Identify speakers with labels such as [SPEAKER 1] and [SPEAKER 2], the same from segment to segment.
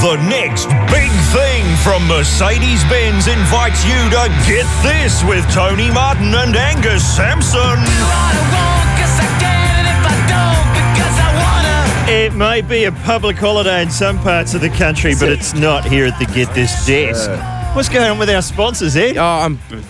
[SPEAKER 1] The next big thing from Mercedes Benz invites you to get this with Tony Martin and Angus Sampson.
[SPEAKER 2] It may be a public holiday in some parts of the country, but it's not here at the Get This desk. What's going on with our sponsors, Ed?
[SPEAKER 3] Oh, I'm. The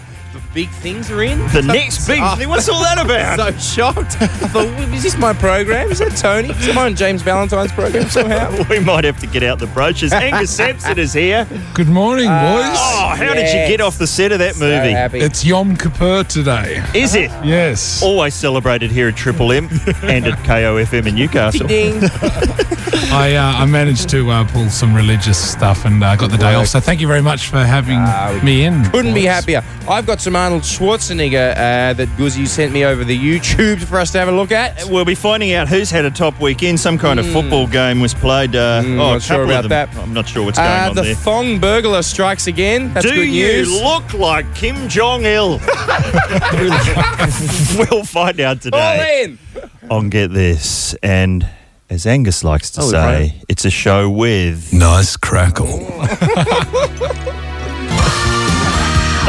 [SPEAKER 3] big things are in.
[SPEAKER 2] The next big
[SPEAKER 1] Ah.
[SPEAKER 3] Oh.
[SPEAKER 2] thing. What's all that about?
[SPEAKER 3] So shocked. I thought, is this my program? Is that Tony? Is it mine James Valentine's program somehow?
[SPEAKER 2] we might have to get out the brochures. Angus Sampson is here.
[SPEAKER 4] Good morning, boys.
[SPEAKER 3] Ah.
[SPEAKER 2] Oh, how did you
[SPEAKER 3] Yes.
[SPEAKER 2] get off the set of that
[SPEAKER 3] So
[SPEAKER 2] movie?
[SPEAKER 3] happy.
[SPEAKER 4] It's Yom Kippur today. Oh.
[SPEAKER 2] is it?
[SPEAKER 4] Yes.
[SPEAKER 2] Always celebrated here at Triple M and at KOFM in Newcastle.
[SPEAKER 3] Ding.
[SPEAKER 4] I uh, I managed to uh, pull some religious stuff and uh, got the day off. So thank you very much for having me in.
[SPEAKER 3] Ah, Couldn't be
[SPEAKER 4] boys.
[SPEAKER 3] happier. I've got some Arnold Schwarzenegger uh, that Guzzi sent me over the YouTube for us to have a look at.
[SPEAKER 2] We'll be finding out who's had a top weekend. Some kind of football game was played. Uh, oh, a
[SPEAKER 3] Hmm. not sure
[SPEAKER 2] couple of
[SPEAKER 3] about
[SPEAKER 2] them.
[SPEAKER 3] that.
[SPEAKER 2] I'm not sure what's going
[SPEAKER 3] Uh,
[SPEAKER 2] on
[SPEAKER 3] the
[SPEAKER 2] there.
[SPEAKER 3] Thong burglar strikes again. That's
[SPEAKER 2] Do
[SPEAKER 3] good
[SPEAKER 2] you
[SPEAKER 3] news.
[SPEAKER 2] look like Kim Jong Il? we'll find out
[SPEAKER 3] All
[SPEAKER 2] today
[SPEAKER 3] in.
[SPEAKER 2] on Get This. And as Angus likes to
[SPEAKER 3] Oh,
[SPEAKER 2] say,
[SPEAKER 3] right.
[SPEAKER 2] it's a show with.
[SPEAKER 4] Nice crackle.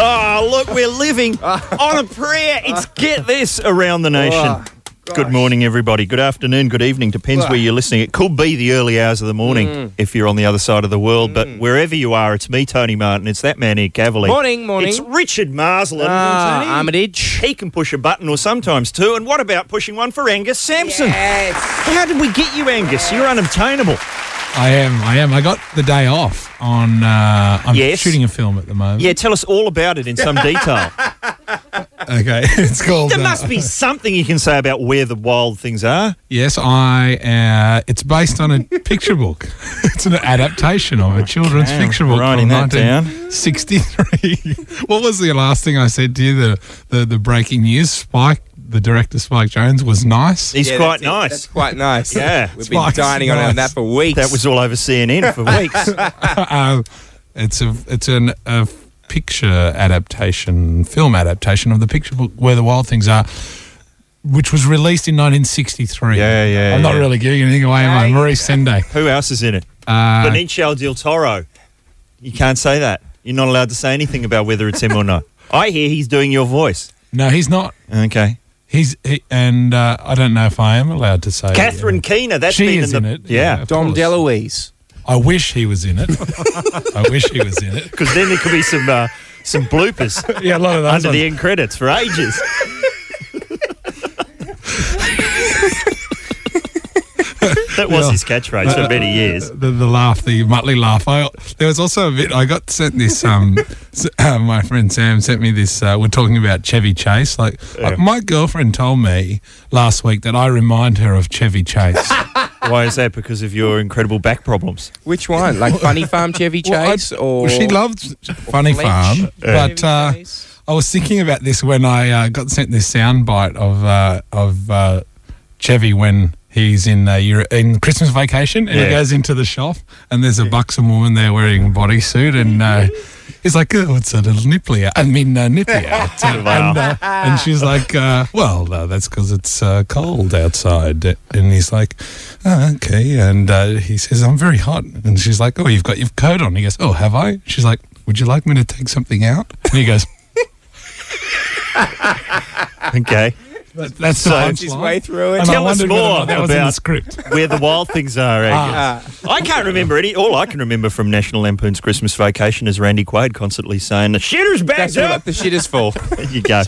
[SPEAKER 2] Oh, look, we're living on a prayer. It's Get This around the nation.
[SPEAKER 3] Oh,
[SPEAKER 2] Good morning, everybody. Good afternoon, good evening. Depends where you're listening. It could be the early hours of the morning if you're on the other side of the world. But wherever you are, it's me, Tony Martin. It's that man here, Cavalier.
[SPEAKER 3] Morning, morning.
[SPEAKER 2] It's Richard Marsland.
[SPEAKER 3] Ah, Armitage.
[SPEAKER 2] he can push a button or sometimes two. And what about pushing one for Angus Sampson?
[SPEAKER 3] Yes.
[SPEAKER 2] How did we get you, Angus? You're unobtainable.
[SPEAKER 4] I am. I am. I got the day off on. Uh, I'm
[SPEAKER 2] Yes.
[SPEAKER 4] shooting a film at the moment.
[SPEAKER 2] Yeah, tell us all about it in some detail.
[SPEAKER 4] Okay. it's called.
[SPEAKER 2] There
[SPEAKER 4] uh,
[SPEAKER 2] must be something you can say about where the wild things are.
[SPEAKER 4] Yes, I. Uh, it's based on a picture book. It's an adaptation of a children's
[SPEAKER 2] Okay, I'm
[SPEAKER 4] picture book
[SPEAKER 2] writing
[SPEAKER 4] from
[SPEAKER 2] that down.
[SPEAKER 4] 1963. what was the last thing I said to you? The the, the breaking news. Spike, the director Spike Jones, was nice.
[SPEAKER 2] He's
[SPEAKER 3] Yeah,
[SPEAKER 2] quite
[SPEAKER 3] that's it. That's
[SPEAKER 2] nice.
[SPEAKER 3] quite nice.
[SPEAKER 2] Yeah.
[SPEAKER 3] We've been
[SPEAKER 4] Nice,
[SPEAKER 3] dining on
[SPEAKER 4] nice.
[SPEAKER 3] on that for weeks.
[SPEAKER 2] That was all over CNN for weeks.
[SPEAKER 4] uh, it's a it's an, a picture adaptation, film adaptation of the picture book Where the Wild Things Are, which was released in 1963.
[SPEAKER 2] Yeah, yeah,
[SPEAKER 4] I'm not
[SPEAKER 2] yeah.
[SPEAKER 4] really giving anything away, am I?
[SPEAKER 3] No,
[SPEAKER 4] Maurice Senday.
[SPEAKER 2] Who else is in it?
[SPEAKER 4] Uh,
[SPEAKER 2] Benicio del Toro. You can't say that. You're not allowed to say anything about whether it's him or not. I hear he's doing your voice.
[SPEAKER 4] no, he's not.
[SPEAKER 2] Okay.
[SPEAKER 4] He's he, and uh, I don't know if I am allowed to say. uh,
[SPEAKER 2] Catherine Keener. That's
[SPEAKER 4] she
[SPEAKER 2] been
[SPEAKER 4] is
[SPEAKER 2] in,
[SPEAKER 4] in,
[SPEAKER 2] the,
[SPEAKER 4] it.
[SPEAKER 2] Yeah.
[SPEAKER 4] of
[SPEAKER 3] Dom
[SPEAKER 4] course.
[SPEAKER 3] DeLuise.
[SPEAKER 4] I wish he was in it. I wish he was in it.
[SPEAKER 2] Because then there could be some uh, some bloopers
[SPEAKER 4] Yeah, a lot of those.
[SPEAKER 2] under
[SPEAKER 4] ones.
[SPEAKER 2] the end credits for ages. that was his catchphrase for many years.
[SPEAKER 4] the, the laugh, the Muttley laugh. I, there was also a bit. I got sent this. Um, s- uh, my friend Sam sent me this. Uh, we're talking about Chevy Chase. Like, like, my girlfriend told me last week that I remind her of Chevy Chase.
[SPEAKER 2] Why is that? Because of your incredible back problems.
[SPEAKER 3] Which one? Like Funny Farm Chevy
[SPEAKER 4] Well, I-
[SPEAKER 3] Chase or
[SPEAKER 4] well, she loves Funny
[SPEAKER 3] Fletch
[SPEAKER 4] Farm, but
[SPEAKER 3] Chevy
[SPEAKER 4] uh,
[SPEAKER 3] Chase?
[SPEAKER 4] I was thinking about this when I uh, got sent this soundbite of uh, of uh, Chevy when he's in uh, Euro- in Christmas vacation and
[SPEAKER 2] Yeah.
[SPEAKER 4] he goes into the shop and there's a buxom woman there wearing a bodysuit and. Uh, He's like, oh, it's a little nipply. out." I mean, uh, nippy out. And,
[SPEAKER 2] Wow.
[SPEAKER 4] uh, and she's like, uh, well, uh, that's because it's uh, cold outside. And he's like, oh, okay. And uh, he says, I'm very hot. And she's like, oh, you've got your coat on. He goes, oh, have I? She's like, would you like me to take something out? And he goes,
[SPEAKER 2] Okay.
[SPEAKER 4] That, that's
[SPEAKER 2] So-
[SPEAKER 4] the punchline.
[SPEAKER 3] his way through it.
[SPEAKER 4] And I
[SPEAKER 2] Tell us
[SPEAKER 4] wondered whether or
[SPEAKER 2] more
[SPEAKER 4] not that was in the
[SPEAKER 2] about-
[SPEAKER 4] script.
[SPEAKER 2] Where the wild things are,
[SPEAKER 3] Ah.
[SPEAKER 2] Angus. I can't remember any. All I can remember from National Lampoon's Christmas Vacation is Randy Quaid constantly saying, "The shitter's back
[SPEAKER 3] That's what
[SPEAKER 2] up."
[SPEAKER 3] the shit is for.
[SPEAKER 2] There you go.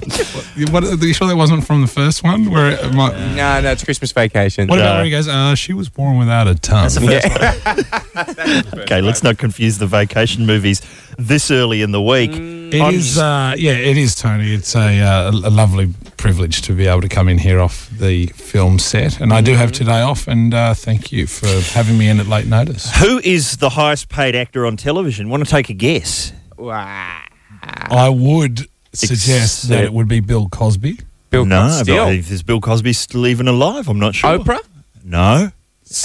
[SPEAKER 4] You- What, are you sure that wasn't from the first one? Where it might,
[SPEAKER 3] no, no, it's Christmas vacation.
[SPEAKER 4] what
[SPEAKER 2] No.
[SPEAKER 4] about where he goes? Uh, she was born without a tongue.
[SPEAKER 3] yeah.
[SPEAKER 2] Okay, let's not confuse the vacation movies this early in the week.
[SPEAKER 3] Mm.
[SPEAKER 4] It is, uh, yeah, it is, Tony. It's a, uh, a lovely privilege to be able to come in here off the film set, and I do have
[SPEAKER 2] Mm-hmm.
[SPEAKER 4] today off. And uh, thank you for having me in at late notice.
[SPEAKER 2] Who is the highest paid actor on television? Want to take a guess?
[SPEAKER 3] Wow.
[SPEAKER 4] I would suggest that
[SPEAKER 2] Except-
[SPEAKER 4] it would be Bill Cosby.
[SPEAKER 3] Bill
[SPEAKER 2] no,
[SPEAKER 3] Cosby.
[SPEAKER 2] but if is Bill Cosby still even alive? I'm not sure.
[SPEAKER 3] Oprah?
[SPEAKER 2] No.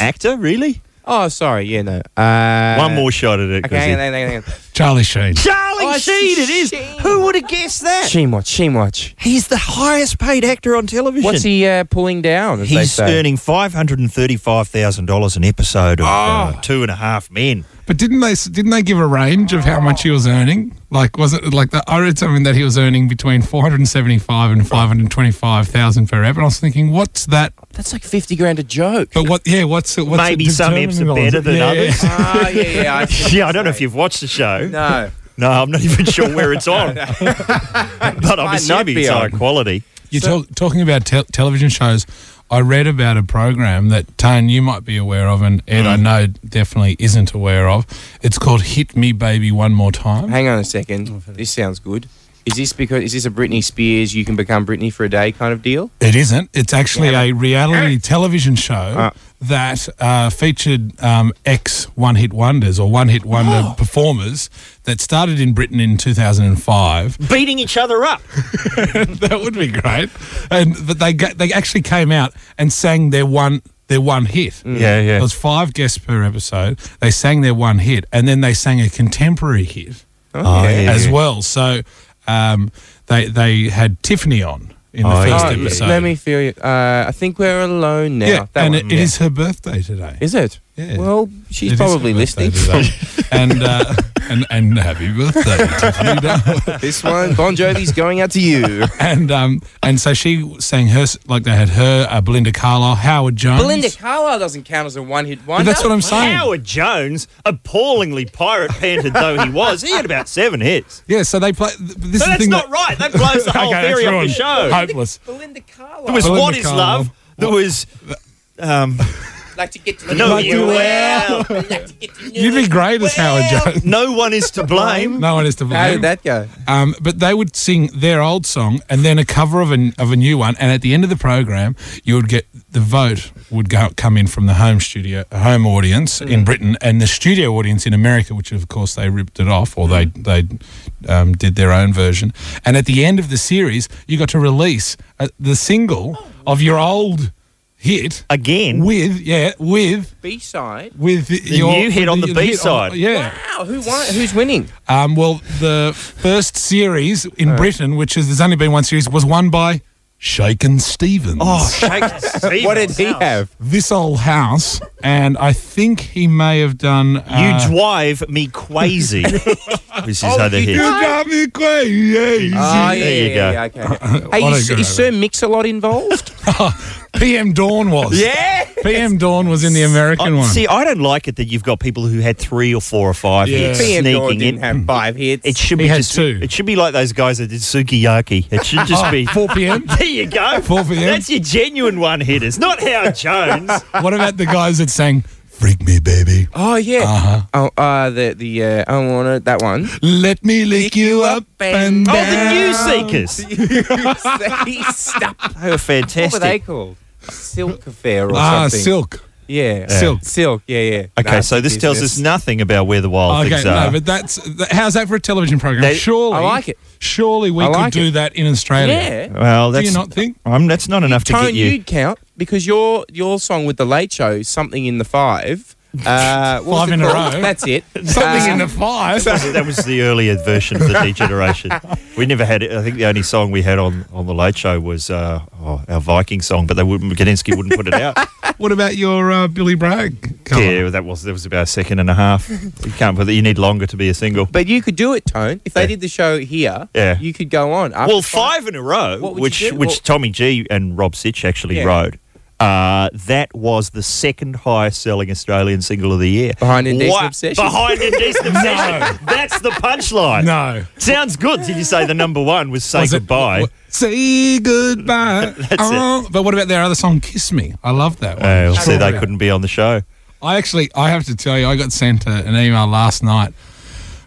[SPEAKER 2] Actor, really?
[SPEAKER 3] Oh, sorry. Yeah, no. Uh,
[SPEAKER 2] One more shot at it.
[SPEAKER 3] Okay,
[SPEAKER 2] Guzzi.
[SPEAKER 3] hang on, hang on, hang on.
[SPEAKER 4] Charlie Sheen.
[SPEAKER 2] Charlie
[SPEAKER 3] Oh,
[SPEAKER 2] Sheen, it is.
[SPEAKER 3] Sheen.
[SPEAKER 2] Who would have guessed that?
[SPEAKER 3] Sheen watch, Sheen watch.
[SPEAKER 2] He's the highest paid actor on television.
[SPEAKER 3] What's he uh, pulling down? As they
[SPEAKER 2] He's
[SPEAKER 3] say?
[SPEAKER 2] earning five hundred and thirty-five thousand dollars an episode of
[SPEAKER 4] Ah.
[SPEAKER 2] uh, Two and a Half Men.
[SPEAKER 4] But didn't they didn't they give a range of how much he was earning? Like was it like the, I read something that he was earning between four hundred and seventy five and five hundred twenty five thousand per ep, and I was thinking, what's that?
[SPEAKER 3] That's like fifty grand a joke.
[SPEAKER 4] But what? Yeah, what's it? What's
[SPEAKER 2] Maybe
[SPEAKER 4] it
[SPEAKER 2] some eps are
[SPEAKER 4] determining
[SPEAKER 2] better
[SPEAKER 4] on?
[SPEAKER 2] than
[SPEAKER 4] Yeah.
[SPEAKER 2] others.
[SPEAKER 3] Ah, yeah, yeah. I see what
[SPEAKER 2] Yeah, I don't know
[SPEAKER 3] you're
[SPEAKER 2] if you've watched the show.
[SPEAKER 3] saying. No.
[SPEAKER 2] No, I'm not even sure where it's on. but I'm
[SPEAKER 3] might
[SPEAKER 2] assuming
[SPEAKER 3] be
[SPEAKER 2] it's high
[SPEAKER 3] on.
[SPEAKER 2] quality.
[SPEAKER 4] You're talk, talking about tel television shows. I read about a program that Tane you might be aware of, and Ed I know definitely isn't aware of. It's called "Hit Me, Baby, One More Time."
[SPEAKER 3] Hang on a second. This sounds good. Is this because is this a Britney Spears you can become Britney for a day kind of deal?
[SPEAKER 4] It isn't. It's actually a reality television show that uh, featured um, ex one hit wonders or one hit wonder performers that started in Britain in 2005.
[SPEAKER 2] Beating each other up.
[SPEAKER 4] that would be great. And but they ga- they actually came out and sang their one their one hit.
[SPEAKER 2] Yeah, yeah.
[SPEAKER 4] There was five guests per episode. They sang their one hit, and then they sang a contemporary hit
[SPEAKER 2] Oh, yeah. yeah.
[SPEAKER 4] as well. So um, they they had Tiffany on in the
[SPEAKER 2] Oh,
[SPEAKER 4] first
[SPEAKER 2] yeah.
[SPEAKER 3] Oh,
[SPEAKER 4] episode.
[SPEAKER 3] let me feel you. Uh, I think we're alone now.
[SPEAKER 4] Yeah,
[SPEAKER 3] that
[SPEAKER 4] and
[SPEAKER 3] one.
[SPEAKER 4] it it is her birthday today.
[SPEAKER 3] Is it?
[SPEAKER 4] Yeah.
[SPEAKER 3] Well,
[SPEAKER 4] It
[SPEAKER 3] she's
[SPEAKER 4] is her
[SPEAKER 3] probably
[SPEAKER 4] birthday
[SPEAKER 3] listening.
[SPEAKER 4] today. and, uh, and and happy birthday, Tiffany Darwin.
[SPEAKER 3] this one, Bon Jovi's going out to you.
[SPEAKER 4] And um and so she sang her s- like they had her, uh, Belinda Carlisle, Howard Jones.
[SPEAKER 3] Belinda Carlisle doesn't count as a one-hit
[SPEAKER 4] But
[SPEAKER 3] wonder.
[SPEAKER 4] that's what I'm saying.
[SPEAKER 2] Howard Jones, appallingly pirate panted though he was, he had about seven hits.
[SPEAKER 4] Yeah, so they play. th- This is
[SPEAKER 2] So
[SPEAKER 4] the
[SPEAKER 2] that's
[SPEAKER 4] thing
[SPEAKER 2] not
[SPEAKER 4] that,
[SPEAKER 2] right. That blows the whole
[SPEAKER 4] Okay,
[SPEAKER 2] theory
[SPEAKER 4] that's
[SPEAKER 2] of the
[SPEAKER 4] wrong. Oh,
[SPEAKER 2] show.
[SPEAKER 4] Hopeless.
[SPEAKER 3] Belinda
[SPEAKER 2] There
[SPEAKER 3] Carlisle.
[SPEAKER 2] was
[SPEAKER 4] Belinda
[SPEAKER 2] What is
[SPEAKER 4] Carlisle.
[SPEAKER 2] Love. There was um,
[SPEAKER 3] like to get to
[SPEAKER 2] No
[SPEAKER 4] Like
[SPEAKER 2] You
[SPEAKER 4] you
[SPEAKER 2] Well.
[SPEAKER 4] You'd be great as Howard Jones.
[SPEAKER 2] No One Is to Blame.
[SPEAKER 4] No one is to
[SPEAKER 3] How did
[SPEAKER 4] blame.
[SPEAKER 3] that go?
[SPEAKER 4] Um, but they would sing their old song and then a cover of a, of a new one. And at the end of the program, you would get the vote would go, come in from the home studio, home audience
[SPEAKER 2] Mm.
[SPEAKER 4] in Britain, and the studio audience in America, which of course they ripped it off or they they
[SPEAKER 2] Mm.
[SPEAKER 4] um, did their own version. And at the end of the series, you got to release uh, the single of your old hit
[SPEAKER 2] Oh. Again.
[SPEAKER 4] with yeah with
[SPEAKER 3] B-side.
[SPEAKER 4] with your
[SPEAKER 2] new hit
[SPEAKER 4] with
[SPEAKER 2] on the
[SPEAKER 4] hit
[SPEAKER 2] B-side.
[SPEAKER 4] yeah.
[SPEAKER 3] Wow, who won? Who's winning?
[SPEAKER 4] Um, well, the first series in Britain, which is there's only been one series, was won by Shaken Stevens.
[SPEAKER 2] Oh, Shakespeare. Stevens.
[SPEAKER 3] What did he have?
[SPEAKER 4] This old house, and I think he may have done.
[SPEAKER 2] You
[SPEAKER 4] Uh,
[SPEAKER 2] drive me crazy. this is
[SPEAKER 3] Oh,
[SPEAKER 2] other
[SPEAKER 3] you
[SPEAKER 2] hit. Uh,
[SPEAKER 4] you drive me crazy.
[SPEAKER 3] Ah, yeah,
[SPEAKER 2] There you
[SPEAKER 3] yeah,
[SPEAKER 2] go.
[SPEAKER 3] yeah, okay.
[SPEAKER 4] What
[SPEAKER 3] hey,
[SPEAKER 4] a
[SPEAKER 3] is,
[SPEAKER 4] good
[SPEAKER 3] is Sir Mix-a-Lot involved?
[SPEAKER 4] PM Dawn was.
[SPEAKER 3] yeah.
[SPEAKER 4] PM Dawn was in the American
[SPEAKER 2] I-
[SPEAKER 4] one.
[SPEAKER 2] See, I don't like it that you've got people who had three or four or five
[SPEAKER 4] Yeah.
[SPEAKER 2] hits
[SPEAKER 3] PM Dawn
[SPEAKER 2] sneaking
[SPEAKER 3] didn't
[SPEAKER 2] in.
[SPEAKER 3] have five hits.
[SPEAKER 2] It should be
[SPEAKER 4] He had
[SPEAKER 2] just,
[SPEAKER 4] two.
[SPEAKER 2] It should be like those guys that did sukiyaki. It should just be.
[SPEAKER 4] 4 p.m.
[SPEAKER 2] There you go.
[SPEAKER 4] 4 p.m.
[SPEAKER 2] That's your genuine one hitters, not Howard Jones.
[SPEAKER 4] what about the guys that sang "Freak Me, Baby"?
[SPEAKER 3] oh, yeah. Uh-huh. Oh, uh, the, the, uh, I want it, that one.
[SPEAKER 4] Let me lick you up and
[SPEAKER 2] oh,
[SPEAKER 4] down. Ah,
[SPEAKER 2] the New Seekers.
[SPEAKER 3] Stop.
[SPEAKER 2] They were
[SPEAKER 3] What were they
[SPEAKER 2] fantastic.
[SPEAKER 3] called? Silk affair or
[SPEAKER 4] Ah,
[SPEAKER 3] something.
[SPEAKER 4] Silk.
[SPEAKER 3] Yeah.
[SPEAKER 4] Silk.
[SPEAKER 3] Silk. Yeah, yeah.
[SPEAKER 2] Okay, so this tells us nothing about where the wild
[SPEAKER 4] Okay,
[SPEAKER 2] things are.
[SPEAKER 4] no, but that's th- how's that for a television program?
[SPEAKER 2] They-
[SPEAKER 4] surely,
[SPEAKER 3] I like it.
[SPEAKER 4] Surely we
[SPEAKER 3] I like
[SPEAKER 4] could
[SPEAKER 3] it.
[SPEAKER 4] do that in Australia.
[SPEAKER 3] Yeah.
[SPEAKER 2] well,
[SPEAKER 4] Do
[SPEAKER 2] that's
[SPEAKER 4] you not think?
[SPEAKER 2] um, that's not enough Uh, to
[SPEAKER 3] Tone,
[SPEAKER 2] get you.
[SPEAKER 3] would count because your your song with the Late Show, something in the five. Uh, what was
[SPEAKER 4] Five
[SPEAKER 3] it
[SPEAKER 4] in a
[SPEAKER 3] called?
[SPEAKER 4] row.
[SPEAKER 3] That's it.
[SPEAKER 4] Something
[SPEAKER 3] Uh,
[SPEAKER 4] in the fire.
[SPEAKER 2] that was the earlier version of the degeneration. We never had it. I think the only song we had on, on the Late Show was uh, oh, our Viking song, but they wouldn't. Gadinsky wouldn't put it out.
[SPEAKER 4] what about your uh, Billy Bragg? cover?
[SPEAKER 2] yeah, that was that was about a second and a half. You can't put that. You need longer to be a single.
[SPEAKER 3] But you could do it, Tone. If they did the show here,
[SPEAKER 2] Yeah.
[SPEAKER 3] you could go on. After
[SPEAKER 2] well, five in a row,
[SPEAKER 3] What would you
[SPEAKER 2] which
[SPEAKER 3] do?
[SPEAKER 2] which
[SPEAKER 3] Well-
[SPEAKER 2] Tommy G and Rob Sitch actually
[SPEAKER 3] Yeah.
[SPEAKER 2] wrote. Uh, that was the second highest selling Australian single of the year.
[SPEAKER 3] Behind Indecent
[SPEAKER 2] Wha-
[SPEAKER 3] Obsession?
[SPEAKER 2] Behind Indecent Obsession. That's the punchline.
[SPEAKER 4] No.
[SPEAKER 2] Sounds good. Did you say the number one was Say
[SPEAKER 4] Was it-
[SPEAKER 2] Goodbye?
[SPEAKER 4] w- Say goodbye.
[SPEAKER 2] That's it.
[SPEAKER 4] Oh, But what about their other song, "Kiss Me"? I love that one.
[SPEAKER 2] Uh, see, they
[SPEAKER 4] Surely.
[SPEAKER 2] couldn't be on the show.
[SPEAKER 4] I actually, I have to tell you, I got sent a, an email last night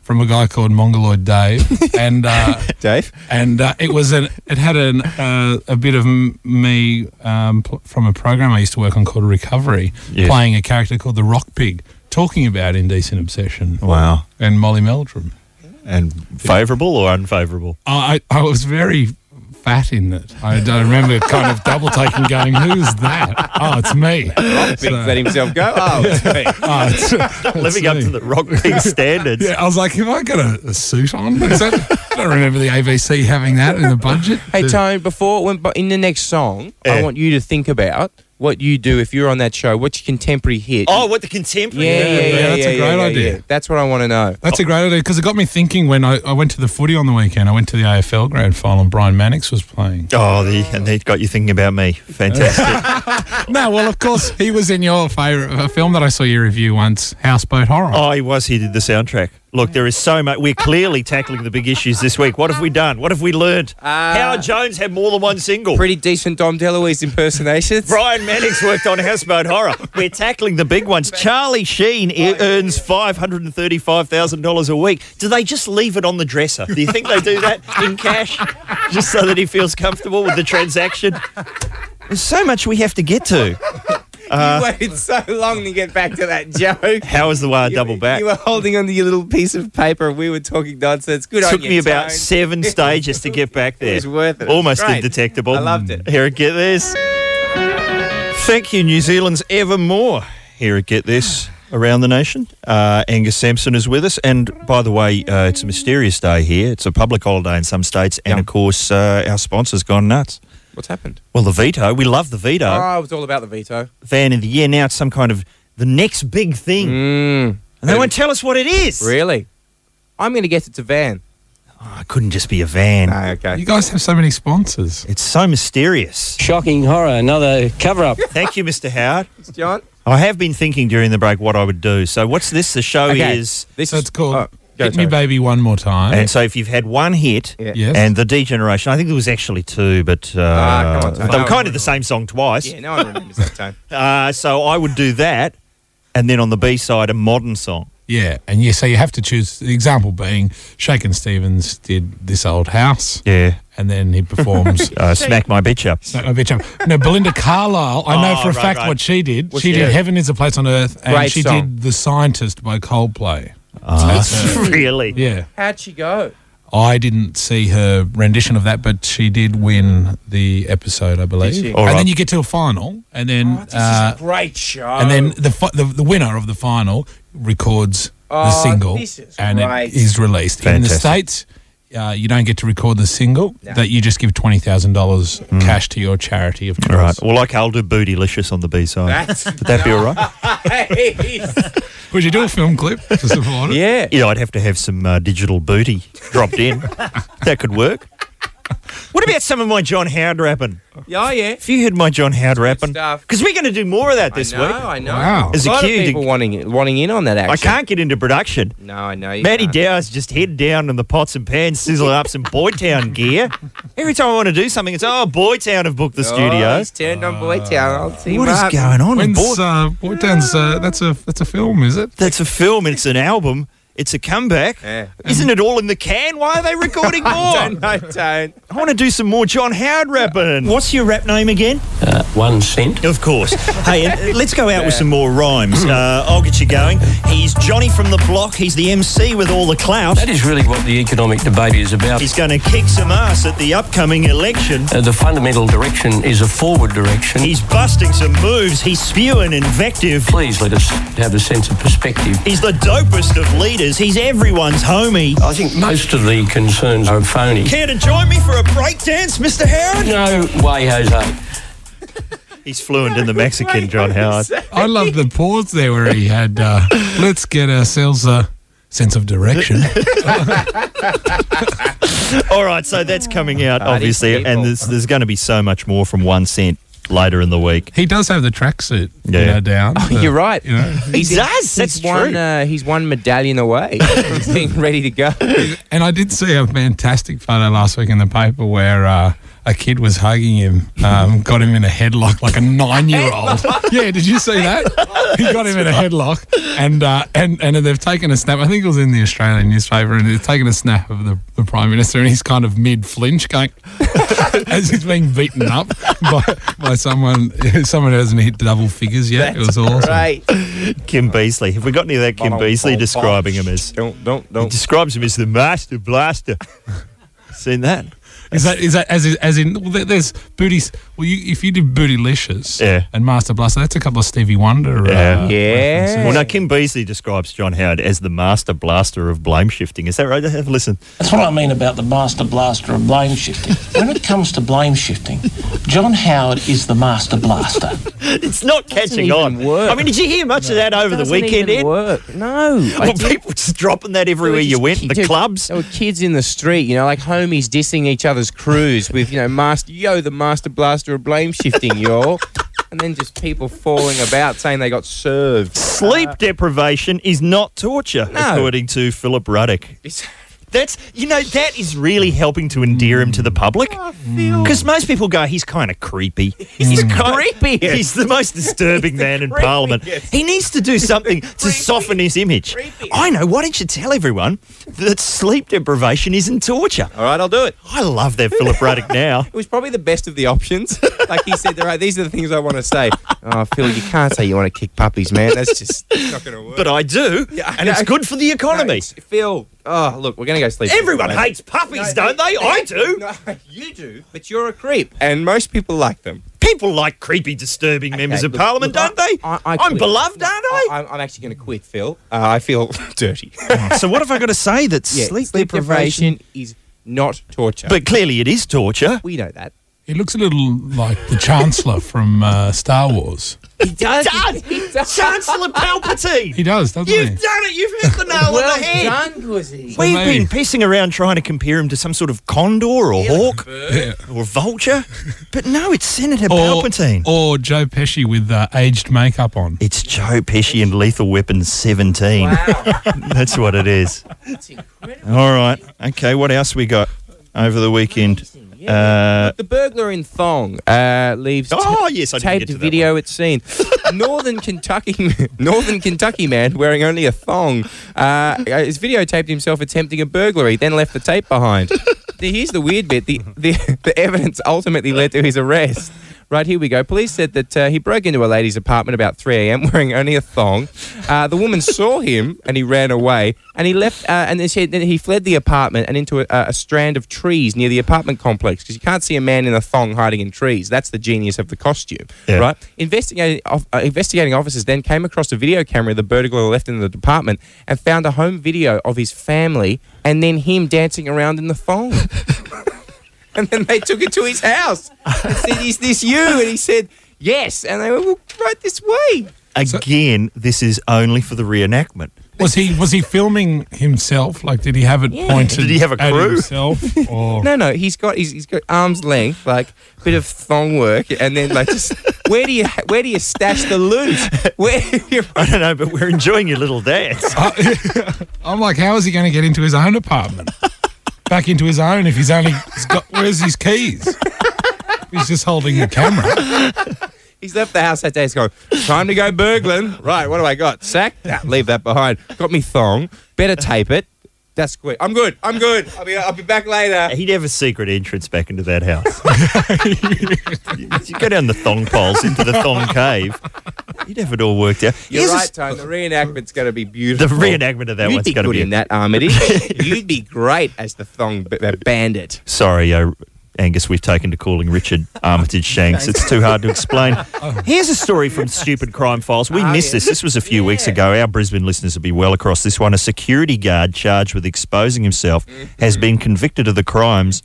[SPEAKER 4] from a guy called Mongoloid Dave, and uh,
[SPEAKER 3] Dave.
[SPEAKER 4] and uh, it was an it had an uh, a bit of m- me um, pl- from a program I used to work on called Recovery,
[SPEAKER 2] Yeah.
[SPEAKER 4] playing a character called the Rock Pig, talking about indecent obsession
[SPEAKER 2] Wow.
[SPEAKER 4] and Molly Meldrum.
[SPEAKER 2] And favourable or unfavourable?
[SPEAKER 4] I I I was very fat in it. I, I remember kind of double taking, going, "Who's that? Oh, it's me."
[SPEAKER 3] Big
[SPEAKER 4] So-
[SPEAKER 3] let himself go. Oh, it's me.
[SPEAKER 4] Oh, it's- it's
[SPEAKER 2] Living up
[SPEAKER 4] me.
[SPEAKER 2] to the rock pig standards.
[SPEAKER 4] Yeah, I was like, "Have I got a, a suit on?" Is that, I don't remember the ABC having that in the budget.
[SPEAKER 3] Hey, Tony, before when, but in the next song, I
[SPEAKER 2] Yeah.
[SPEAKER 3] want you to think about what you do if you're on that show. What's your contemporary hit?
[SPEAKER 2] Oh, what the contemporary.
[SPEAKER 3] yeah, yeah, yeah,
[SPEAKER 4] yeah, that's
[SPEAKER 3] yeah,
[SPEAKER 4] a
[SPEAKER 3] yeah,
[SPEAKER 4] great
[SPEAKER 3] yeah,
[SPEAKER 4] idea.
[SPEAKER 3] yeah. That's what I want to know.
[SPEAKER 4] That's a great idea because it got me thinking when I, I went to the footy on the weekend. I went to the AFL grand final and Brian Mannix was playing.
[SPEAKER 2] Oh, the, and they got you thinking about me. Fantastic.
[SPEAKER 4] No, well, of course, he was in your favorite a film that I saw you review once, Houseboat Horror.
[SPEAKER 2] oh, he was. He did the soundtrack. Look, there is so much. We're clearly tackling the big issues this week. What have we done? What have we learned?
[SPEAKER 3] Uh,
[SPEAKER 2] Howard Jones had more than one single.
[SPEAKER 3] Pretty decent Dom DeLuise impersonations.
[SPEAKER 2] Brian Mannix worked on Houseboat Horror. We're tackling the big ones. Charlie Sheen e- earns $535,000 a week. Do they just leave it on the dresser? Do you think they do that in cash just so that he feels comfortable with the transaction? There's so much we have to get to.
[SPEAKER 3] you waited so long to get back to that joke.
[SPEAKER 2] How was the E wire double back?
[SPEAKER 3] You were holding onto your little piece of paper and we were talking nonsense. Good on
[SPEAKER 2] Took
[SPEAKER 3] you,
[SPEAKER 2] me about
[SPEAKER 3] Tone.
[SPEAKER 2] seven stages to get back there.
[SPEAKER 3] was worth it. It was
[SPEAKER 2] Almost
[SPEAKER 3] great.
[SPEAKER 2] indetectable.
[SPEAKER 3] I loved it.
[SPEAKER 2] Here at Get This. Thank you, New Zealand's Evermore. Here at Get This around the nation. Uh, Angus Sampson is with us. And by the way, uh, it's a mysterious day here. It's a public holiday in some states. And of course, uh, our sponsor's gone nuts.
[SPEAKER 3] What's happened?
[SPEAKER 2] Well, the veto. We love the veto.
[SPEAKER 3] Oh, it was all about the veto.
[SPEAKER 2] Van of the year. Now it's some kind of the next big thing.
[SPEAKER 3] Mm.
[SPEAKER 2] And they won't tell us what it is.
[SPEAKER 3] Really? I'm going to guess it's a van.
[SPEAKER 2] Oh, it couldn't just be a van.
[SPEAKER 3] okay.
[SPEAKER 4] You guys have so many sponsors.
[SPEAKER 2] It's so mysterious.
[SPEAKER 5] Shocking horror, another cover up.
[SPEAKER 2] Thank you, Mr. Howard.
[SPEAKER 3] John?
[SPEAKER 2] I have been thinking during the break what I would do. So, what's this? The show
[SPEAKER 3] Okay.
[SPEAKER 2] is.
[SPEAKER 3] This
[SPEAKER 4] So it's called
[SPEAKER 3] oh, go,
[SPEAKER 4] Hit
[SPEAKER 3] sorry.
[SPEAKER 4] Me Baby One More Time.
[SPEAKER 2] And so, if you've had one hit
[SPEAKER 3] Yeah.
[SPEAKER 4] Yes.
[SPEAKER 2] and the degeneration, I think there was actually two, but uh,
[SPEAKER 3] Ah, come on, Tony.
[SPEAKER 2] they were
[SPEAKER 3] No,
[SPEAKER 2] kind
[SPEAKER 3] no,
[SPEAKER 2] of the same song twice.
[SPEAKER 3] Yeah, no one remembers that time.
[SPEAKER 2] Uh, so, I would do that. And then on the B side, a modern song.
[SPEAKER 4] yeah, and yeah, so you have to choose. The example being, Shaken Stevens did This Old House,
[SPEAKER 2] Yeah.
[SPEAKER 4] and then he performs.
[SPEAKER 2] Uh, smack my bitch up.
[SPEAKER 4] Smack My bitch up. No, Belinda Carlisle. I know
[SPEAKER 2] Oh,
[SPEAKER 4] for a
[SPEAKER 2] right,
[SPEAKER 4] fact
[SPEAKER 2] right.
[SPEAKER 4] what she did.
[SPEAKER 3] Ah, What's
[SPEAKER 4] she
[SPEAKER 3] she
[SPEAKER 4] did
[SPEAKER 3] do?
[SPEAKER 4] Heaven is a Place on Earth, and
[SPEAKER 3] Great
[SPEAKER 4] she
[SPEAKER 3] song. Ah.
[SPEAKER 4] did The Scientist by Coldplay. Uh,
[SPEAKER 2] really?
[SPEAKER 4] Yeah.
[SPEAKER 3] How'd she go?
[SPEAKER 4] I didn't see her rendition of that, but she did win the episode, I believe.
[SPEAKER 3] she? Oh,
[SPEAKER 4] And
[SPEAKER 2] All right.
[SPEAKER 4] then you get to a final, and then uh,
[SPEAKER 3] Great show.
[SPEAKER 4] and then the, fi- the the winner of the final records the
[SPEAKER 3] Oh,
[SPEAKER 4] single,
[SPEAKER 3] this is
[SPEAKER 4] and
[SPEAKER 3] great.
[SPEAKER 4] it is released in the
[SPEAKER 2] Fantastic.
[SPEAKER 4] states. Uh, you don't get to record the single; that you just give twenty thousand dollars
[SPEAKER 3] Mm.
[SPEAKER 4] cash to your charity of
[SPEAKER 2] All right.
[SPEAKER 4] course,
[SPEAKER 2] Well, like I'll do Bootylicious on the B side.
[SPEAKER 3] That's
[SPEAKER 2] Would that be all right?
[SPEAKER 3] nice.
[SPEAKER 4] Would you do a film clip to support it?
[SPEAKER 3] yeah.
[SPEAKER 2] Yeah, I'd have to have some uh, digital booty dropped in. that could work. What about some of my John Howard rapping?
[SPEAKER 3] Oh, yeah.
[SPEAKER 2] If you heard my John Howard rapping,
[SPEAKER 3] stuff.
[SPEAKER 2] because we're going to do more of that this
[SPEAKER 3] I know,
[SPEAKER 2] week.
[SPEAKER 3] I know.
[SPEAKER 4] Wow.
[SPEAKER 2] As
[SPEAKER 3] a
[SPEAKER 2] a
[SPEAKER 3] lot
[SPEAKER 2] kid,
[SPEAKER 3] of people wanting, it- wanting in on that,
[SPEAKER 2] I
[SPEAKER 3] actually.
[SPEAKER 2] can't get into production.
[SPEAKER 3] No, I know. You
[SPEAKER 2] Matty
[SPEAKER 3] can't.
[SPEAKER 2] Dow's just head down in the pots and pans, sizzling up some Boytown gear. Every time I want to do something, it's oh Boytown have booked the
[SPEAKER 3] Oh,
[SPEAKER 2] studio.
[SPEAKER 3] he's turned on Boytown. I'll see
[SPEAKER 2] What is going on? in
[SPEAKER 4] When's
[SPEAKER 2] Boy-
[SPEAKER 4] uh, Boy Town's, uh, that's a that's a film, is it?
[SPEAKER 2] That's a film. It's an album. It's a comeback.
[SPEAKER 3] Yeah.
[SPEAKER 2] Isn't it all in the can? Why are they recording more?
[SPEAKER 3] Don't, no, don't.
[SPEAKER 2] I want to do some more John Howard rapping. What's your rap name again?
[SPEAKER 5] Uh, one cent.
[SPEAKER 2] Of course. hey, and, uh, let's go out with some more rhymes. Uh, I'll get you going. He's Johnny from the block. He's the MC with all the clout.
[SPEAKER 5] That is really what the economic debate is about.
[SPEAKER 2] He's going to kick some ass at the upcoming election.
[SPEAKER 5] Uh, the fundamental direction is a forward direction.
[SPEAKER 2] He's busting some moves. He's spewing invective.
[SPEAKER 5] Please let us have a sense of perspective.
[SPEAKER 2] He's the dopest of leaders. He's everyone's homie.
[SPEAKER 5] I think most of the concerns are phony.
[SPEAKER 2] Care to join me for a breakdance, Mr. Howard?
[SPEAKER 5] No way, Jose.
[SPEAKER 2] He's fluent in the Mexican, John Howard.
[SPEAKER 4] I love the pause there where he had, uh, let's get ourselves a sense of direction.
[SPEAKER 2] All right, so that's coming out,
[SPEAKER 3] Party
[SPEAKER 2] obviously,
[SPEAKER 3] people.
[SPEAKER 2] and there's, there's going to be so much more from One Cent later in the week.
[SPEAKER 4] He does have the tracksuit you
[SPEAKER 2] Yeah.
[SPEAKER 4] know, down. Oh,
[SPEAKER 3] You're right.
[SPEAKER 4] You know,
[SPEAKER 2] He does. That's
[SPEAKER 3] he's One, uh, he's one medallion away from being ready to go.
[SPEAKER 4] and I did see a fantastic photo last week in the paper where uh, a kid was hugging him, um, got him in a headlock like a nine-year-old. yeah, did you see that? He got him in a headlock, and uh, and and they've taken a snap. I think it was in the Australian newspaper, and they've taken a snap of the, the prime minister, and he's kind of mid-flinch, going as he's being beaten up by, by someone someone who hasn't hit double figures yet. it was awesome.
[SPEAKER 3] Right.
[SPEAKER 2] Kim Beasley. Have we got any of that Kim Beasley describing him as?
[SPEAKER 3] Don't, don't,
[SPEAKER 2] He
[SPEAKER 3] don't.
[SPEAKER 2] describes him as the master blaster. Seen that?
[SPEAKER 4] Is that is that as in, as in well, there- there's booties? Well, you, if you did Bootylicious
[SPEAKER 2] Yeah.
[SPEAKER 4] and Master Blaster, that's a couple of Stevie Wonder.
[SPEAKER 2] Yeah.
[SPEAKER 4] Uh,
[SPEAKER 3] Yeah.
[SPEAKER 2] Well, now Kim Beazley describes John Howard as the master blaster of blame shifting. Is that right? Have a listen.
[SPEAKER 6] That's what I mean about the master blaster of blame shifting. When it comes to blame shifting, John Howard is the master blaster.
[SPEAKER 2] It's not catching on. I mean, did you hear much of that over the
[SPEAKER 3] Doesn't
[SPEAKER 2] weekend?
[SPEAKER 3] even
[SPEAKER 2] Ed?
[SPEAKER 3] work. No. I
[SPEAKER 2] Well,
[SPEAKER 3] did-
[SPEAKER 2] people just dropping that
[SPEAKER 3] there were
[SPEAKER 2] everywhere you
[SPEAKER 3] just
[SPEAKER 2] went.
[SPEAKER 3] ki-
[SPEAKER 2] The
[SPEAKER 3] dude,
[SPEAKER 2] clubs.
[SPEAKER 3] There were kids in the street, you know, like homies dissing each other's crews with, you know, master, yo, the master blaster of blame shifting, y'all. And then just people falling about saying they got served.
[SPEAKER 2] Sleep deprivation is not torture,
[SPEAKER 3] No.
[SPEAKER 2] according to Philip Ruddock.
[SPEAKER 3] It's-
[SPEAKER 2] That's you know that is really helping to endear him to the public because most people go he's kind of creepy. Oh, He's creepy. He's the most disturbing man in Parliament. He needs to do something to soften his image. I know. Why don't you tell everyone that sleep deprivation isn't torture?
[SPEAKER 3] All right, I'll do it.
[SPEAKER 2] I love that Philip Ruddock now.
[SPEAKER 3] It was probably the best of the options. Like he said, all right, these are the things I want to say. Oh, Phil, you can't say you want to kick puppies, man. That's just not going to work.
[SPEAKER 2] But I do,
[SPEAKER 3] Yeah,
[SPEAKER 2] and it's
[SPEAKER 3] no.
[SPEAKER 2] good for the
[SPEAKER 3] No,
[SPEAKER 2] economy.
[SPEAKER 3] it's- Phil, oh, look, we're going to go sleep.
[SPEAKER 2] Everyone
[SPEAKER 3] Anyway.
[SPEAKER 2] hates puppies, don't they? I do.
[SPEAKER 3] No, you do, but you're a creep. And most people like them.
[SPEAKER 2] People like creepy, disturbing members
[SPEAKER 3] Okay,
[SPEAKER 2] of
[SPEAKER 3] look-
[SPEAKER 2] Parliament, don't
[SPEAKER 3] look,
[SPEAKER 2] they?
[SPEAKER 3] I, I, I
[SPEAKER 2] am
[SPEAKER 3] quit.
[SPEAKER 2] beloved,
[SPEAKER 3] No,
[SPEAKER 2] aren't I?
[SPEAKER 3] I? am I'm actually going to quit, Phil. Uh, I feel dirty.
[SPEAKER 2] so what have I got to say that's
[SPEAKER 3] Yeah,
[SPEAKER 2] sleep, deprivation?
[SPEAKER 3] is not torture.
[SPEAKER 2] But clearly it is torture.
[SPEAKER 3] we know that.
[SPEAKER 4] He looks a little like the Chancellor from uh, Star Wars.
[SPEAKER 3] He does.
[SPEAKER 2] Dad! Chancellor Palpatine!
[SPEAKER 4] He does, doesn't
[SPEAKER 2] You've
[SPEAKER 4] he?
[SPEAKER 2] done it! You've hit the nail on the head!
[SPEAKER 3] done, Guzzy.
[SPEAKER 2] We've
[SPEAKER 4] Mate.
[SPEAKER 2] been pissing around trying to compare him to some sort of condor or hawk or vulture, but no, it's Senator Palpatine.
[SPEAKER 4] or Joe Pesci with uh, aged makeup on.
[SPEAKER 2] it's Joe Pesci in Lethal Weapon 17. That's what it is. All right. Okay, what else we got over the weekend? Uh,
[SPEAKER 3] The burglar in thong uh, leaves ta-
[SPEAKER 2] Oh, yes, I didn't
[SPEAKER 3] taped
[SPEAKER 2] get to that
[SPEAKER 3] video at scene. Northern Kentucky, Northern Kentucky man wearing only a thong uh, has videotaped himself attempting a burglary, then left the tape behind. The- Here's the weird bit: the, the the evidence ultimately led to his arrest. Right here we go. Police said that uh, he broke into a lady's apartment about 3 a.m. wearing only a thong. Uh, the woman saw him and he ran away. And he left, uh, and they said that he fled the apartment and into a, a strand of trees near the apartment complex because you can't see a man in a thong hiding in trees. That's the genius of the costume,
[SPEAKER 2] Yeah.
[SPEAKER 3] right? Investigating, of, uh, investigating officers then came across a video camera the burglar left in the department and found a home video of his family and then him dancing around in the thong. and then they took it to his house and said, "Is this you?" And he said, "Yes." And they went, "Well, right this way."
[SPEAKER 2] again, this is only for the reenactment.
[SPEAKER 4] Was he was he filming himself? Like, did he have it pointed?
[SPEAKER 2] Did he have a
[SPEAKER 4] at
[SPEAKER 2] crew?
[SPEAKER 4] himself? Or
[SPEAKER 3] No, no, he's got he's, he's got arms length, like bit of thong work, and then like just where do you where do you stash the loot? Where
[SPEAKER 2] I don't know, but we're enjoying your little dance.
[SPEAKER 4] I'm like, how is he going to get into his own apartment? Back into his own if he's only he's got where's his keys? He's just holding the camera.
[SPEAKER 3] he's left the house that day, he's going time to go burgling. Right, what do I got? Sack? Nah, leave that behind. Got me thong. Better tape it. That's quick. I'm good. I'm good. I'll be I'll be back later.
[SPEAKER 2] He'd have a secret entrance back into that house. you, you go down the thong poles into the thong cave. You'd have it all worked out.
[SPEAKER 3] You're
[SPEAKER 2] Here's a
[SPEAKER 3] right,
[SPEAKER 2] s-
[SPEAKER 3] Tone. The reenactment's going to be
[SPEAKER 2] the
[SPEAKER 3] beautiful.
[SPEAKER 2] reenactment of that
[SPEAKER 3] You'd
[SPEAKER 2] one's
[SPEAKER 3] be
[SPEAKER 2] going to
[SPEAKER 3] good
[SPEAKER 2] be.
[SPEAKER 3] in that, Armity. You'd be great as the thong b- uh, bandit.
[SPEAKER 2] Sorry, uh, Angus, we've taken to calling Richard Armitage Shanks. It's too hard to explain.
[SPEAKER 3] Oh.
[SPEAKER 2] Here's a story from Stupid Crime Files. We
[SPEAKER 3] Ah,
[SPEAKER 2] missed this. This was a few weeks ago. Our Brisbane listeners will be well across this one. A security guard charged with exposing himself has
[SPEAKER 3] Mm-hmm.
[SPEAKER 2] been convicted of the crimes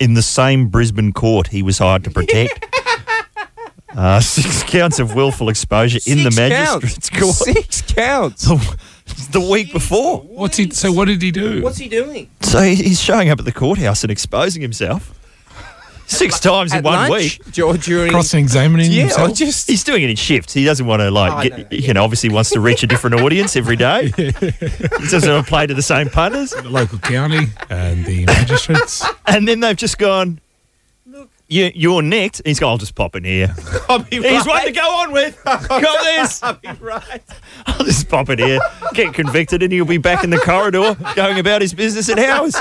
[SPEAKER 2] in the same Brisbane court he was hired to protect. Uh, six counts of willful exposure in the
[SPEAKER 3] Six
[SPEAKER 2] magistrate's
[SPEAKER 3] counts.
[SPEAKER 2] court
[SPEAKER 3] Six counts.
[SPEAKER 2] the week before.
[SPEAKER 4] What's he? So what did he do?
[SPEAKER 3] What's he doing?
[SPEAKER 2] So he- he's showing up at the courthouse and exposing himself six times in
[SPEAKER 3] At
[SPEAKER 2] one week.
[SPEAKER 3] lunch? Or during
[SPEAKER 4] Cross-examining
[SPEAKER 3] Yeah, or
[SPEAKER 4] himself.
[SPEAKER 3] just
[SPEAKER 2] He's doing it in shifts. He doesn't want to like,
[SPEAKER 3] Oh,
[SPEAKER 2] get,
[SPEAKER 3] no.
[SPEAKER 2] you know, obviously wants to reach a different audience every day. He doesn't want to play to the same punters.
[SPEAKER 4] the local county and the magistrates.
[SPEAKER 2] And then they've just gone, you, you're nicked. He's gone, I'll just pop in here.
[SPEAKER 3] I'll be
[SPEAKER 2] He's one to
[SPEAKER 3] right.
[SPEAKER 2] go on with. Got this.
[SPEAKER 3] right.
[SPEAKER 2] I'll just pop in here, get convicted, and he'll be back in the corridor going about his business at hours.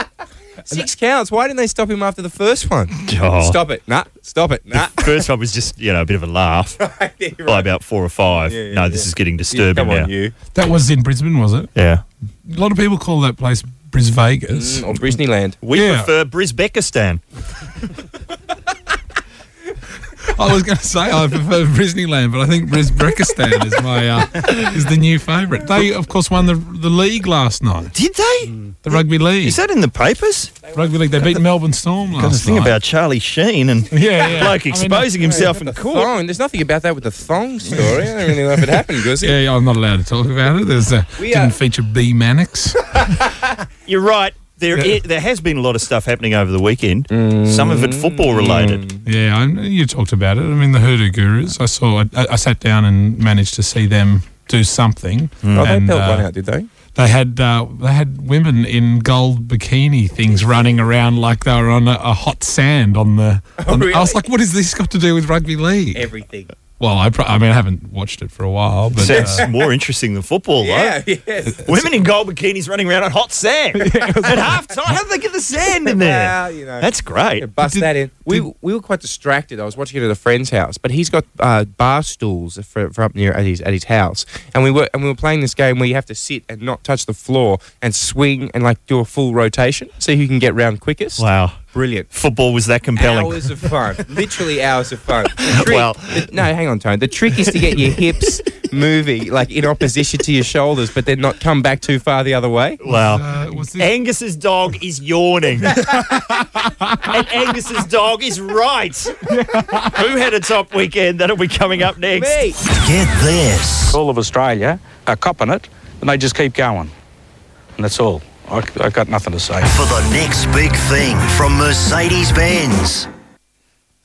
[SPEAKER 3] Six counts. Why didn't they stop him after the first one?
[SPEAKER 2] Oh.
[SPEAKER 3] Stop it. Nah. Stop it. Nah.
[SPEAKER 2] First one was just, you know, a bit of a laugh
[SPEAKER 3] You're right.
[SPEAKER 2] by about four or five.
[SPEAKER 3] yeah,
[SPEAKER 2] no, this is getting
[SPEAKER 3] Yeah,
[SPEAKER 2] disturbing
[SPEAKER 3] Come
[SPEAKER 2] now.
[SPEAKER 3] on, you.
[SPEAKER 4] That was in Brisbane, was it?
[SPEAKER 2] Yeah.
[SPEAKER 4] A lot of people call that place Bris Vegas.
[SPEAKER 3] or Disneyland.
[SPEAKER 2] We
[SPEAKER 4] Yeah.
[SPEAKER 2] prefer Brisbekistan.
[SPEAKER 4] I was going to say I prefer Disneyland, but I think Brisbrekistan is my uh, is the new favourite. They, of course, won the the league last night,
[SPEAKER 2] Did they?
[SPEAKER 4] the rugby league.
[SPEAKER 2] Is that in the papers?
[SPEAKER 4] rugby league? They beat Melbourne Storm last
[SPEAKER 2] Got the thing
[SPEAKER 4] night.
[SPEAKER 2] about Charlie Sheen and
[SPEAKER 4] Yeah, yeah.
[SPEAKER 2] bloke
[SPEAKER 4] I mean,
[SPEAKER 2] exposing himself in court.
[SPEAKER 3] Thong. There's nothing about that with the thong story. I don't really know if it happened, Guzzy.
[SPEAKER 4] yeah, yeah, I'm not allowed to talk about it. There's a,
[SPEAKER 3] We, uh,
[SPEAKER 4] didn't feature B Mannix.
[SPEAKER 2] You're right. There,
[SPEAKER 4] Yeah.
[SPEAKER 2] i- there has been a lot of stuff happening over the weekend. Some of it football related.
[SPEAKER 4] Yeah, I, you talked about it. I mean, the Hoodoo Gurus. I saw. I, I sat down and managed to see them do something.
[SPEAKER 3] Oh, they
[SPEAKER 4] and,
[SPEAKER 3] built
[SPEAKER 4] uh,
[SPEAKER 3] one out, did they?
[SPEAKER 4] They had uh, they had women in gold bikini things running around like they were on a, a hot sand on the. on- I was
[SPEAKER 3] Oh, really?
[SPEAKER 4] like, what has this got to do with rugby league?
[SPEAKER 3] Everything.
[SPEAKER 4] well, I, pro- I mean, I haven't watched it for a while, but
[SPEAKER 2] Sounds
[SPEAKER 4] uh,
[SPEAKER 2] more interesting than football,
[SPEAKER 3] Yeah,
[SPEAKER 2] though.
[SPEAKER 3] yes.
[SPEAKER 2] Women in gold bikinis running around on hot sand at half time. How did they get the sand in there?
[SPEAKER 3] Well, you know.
[SPEAKER 2] That's great.
[SPEAKER 3] Yeah, bust
[SPEAKER 4] Did-
[SPEAKER 3] that in. We, we were quite distracted. I was watching it at a friend's house, but he's got uh, bar stools for, for up near at his at his house, and we were and we were playing this game where you have to sit and not touch the floor and swing and like do a full rotation, so you can get round quickest.
[SPEAKER 2] Wow.
[SPEAKER 3] brilliant.
[SPEAKER 2] Football was that compelling.
[SPEAKER 3] Hours of fun, literally hours of fun. The trick-
[SPEAKER 2] Well-
[SPEAKER 3] the- no, hang on, Tone. The trick is to get your hips moving, like in opposition to your shoulders, but then not come back too far the other way.
[SPEAKER 2] Wow.
[SPEAKER 4] uh, was this
[SPEAKER 2] Angus's dog is yawning. and Angus's dog is right. Who had a top weekend? That'll be coming up next.
[SPEAKER 3] Me.
[SPEAKER 1] Get this.
[SPEAKER 7] all of Australia are copping it, and they just keep going. And that's all. I, I've got nothing to say.
[SPEAKER 1] For the next big thing from Mercedes Benz.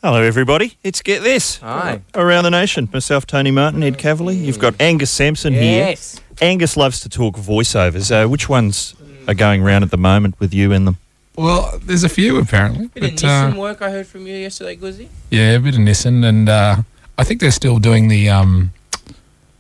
[SPEAKER 2] Hello, everybody. It's Get This.
[SPEAKER 3] Hi.
[SPEAKER 2] Around the nation. Myself, Tony Martin, Ed Cavalier. You've got Angus Sampson here. Angus loves to talk voiceovers. Uh, which ones are going round at the moment with you in them?
[SPEAKER 4] Well, there's a few apparently. But, uh,
[SPEAKER 3] work I heard from you yesterday, Guzzi.
[SPEAKER 4] yeah, a bit of Nissan, and uh, I think they're still doing the um,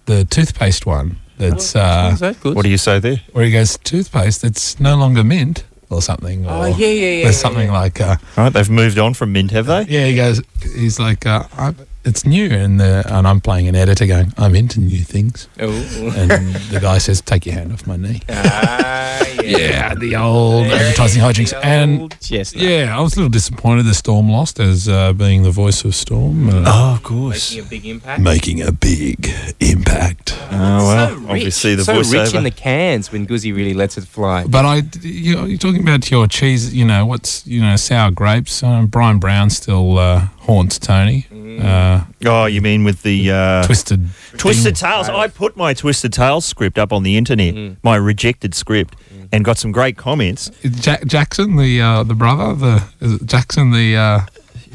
[SPEAKER 4] the toothpaste one. That's uh,
[SPEAKER 2] What do you say there?
[SPEAKER 4] where he goes toothpaste that's no longer mint or something. Or
[SPEAKER 3] Oh, yeah, yeah, yeah,
[SPEAKER 4] There's
[SPEAKER 3] yeah,
[SPEAKER 4] something like uh,
[SPEAKER 2] All right, they've moved on from Mint, have they?
[SPEAKER 4] yeah. He goes, he's like, uh, i it's new, and the, and I'm playing an editor going, I'm into new things,
[SPEAKER 3] Oh.
[SPEAKER 4] and the guy says, take your hand off my knee.
[SPEAKER 3] Ah,
[SPEAKER 4] Yeah, the old advertising hijinks, and
[SPEAKER 3] yes,
[SPEAKER 4] yeah, I was a little disappointed that Storm lost as uh, being the voice of Storm, uh,
[SPEAKER 2] Oh, of course.
[SPEAKER 3] a big impact.
[SPEAKER 4] making a big impact.
[SPEAKER 2] Oh, well.
[SPEAKER 3] so rich.
[SPEAKER 2] Obviously, the
[SPEAKER 3] so
[SPEAKER 2] voiceover.
[SPEAKER 3] rich in the cans when Guzzi really lets it fly.
[SPEAKER 4] But I, you know, you're talking about your cheese. You know what's you know sour grapes. Um, Brian Brown still uh, haunts Tony. Uh,
[SPEAKER 2] Oh, you mean with the uh,
[SPEAKER 4] twisted. Mm.
[SPEAKER 2] Twisted Tales. I put my Twisted Tales script up on the internet,
[SPEAKER 3] Mm.
[SPEAKER 2] my rejected script, and got some great comments.
[SPEAKER 4] Jack- Jackson, the uh, the brother, the is it Jackson, the uh,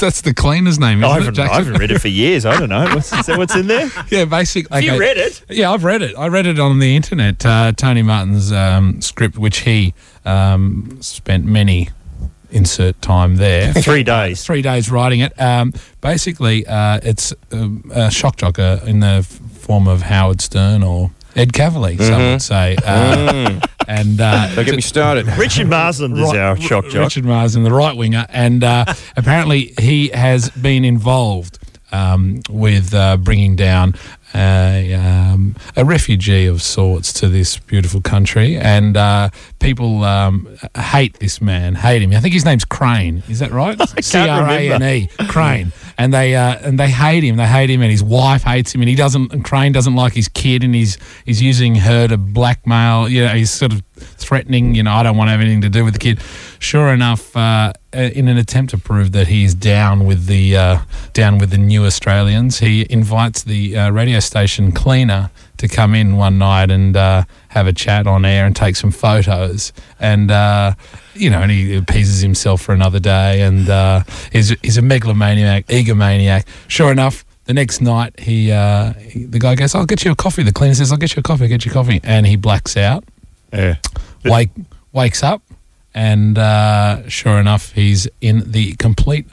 [SPEAKER 4] that's the cleaner's name. Isn't
[SPEAKER 2] I
[SPEAKER 4] it?
[SPEAKER 2] haven't, I
[SPEAKER 4] Jackson?
[SPEAKER 2] haven't read it for years. I don't know. What's, is that what's in there?
[SPEAKER 4] yeah, basically.
[SPEAKER 2] You
[SPEAKER 4] okay.
[SPEAKER 2] read it.
[SPEAKER 4] Yeah, I've read it. I read it on the internet. Uh, Tony Martin's um, script, which he um, spent many insert time there.
[SPEAKER 2] Three days.
[SPEAKER 4] three days writing it. Um, basically, uh, it's um, a shock jocker in the f- form of Howard Stern or Ed Cavalier, some would say. Uh, and uh,
[SPEAKER 3] Don't get me started.
[SPEAKER 2] Richard Marsland is
[SPEAKER 4] Ri-
[SPEAKER 2] our shock jock.
[SPEAKER 4] Richard Marsden, the right winger, and uh, apparently he has been involved um, with uh, bringing down a, um, a refugee of sorts to this beautiful country, and uh, people um, hate this man, hate him. I think his name's Crane. Is that right? C R A N E Crane. And they uh, and they hate him. They hate him, and his wife hates him, and he doesn't. And Crane doesn't like his kid, and he's he's using her to blackmail. You know, he's sort of threatening, you know, I don't want to have anything to do with the kid. Sure enough, uh, in an attempt to prove that he is down with the uh, down with the new Australians, he invites the uh, radio station cleaner to come in one night and uh, have a chat on air and take some photos. And uh, you know, and he appeases himself for another day. And uh, he's he's a megalomaniac, egomaniac. Sure enough. The next night, he, uh, he the guy goes, "I'll get you a coffee." The cleaner says, "I'll get you a coffee. I'll get you a coffee," and he blacks out
[SPEAKER 2] Yeah.
[SPEAKER 4] wake wakes up, and uh, sure enough, he's in the complete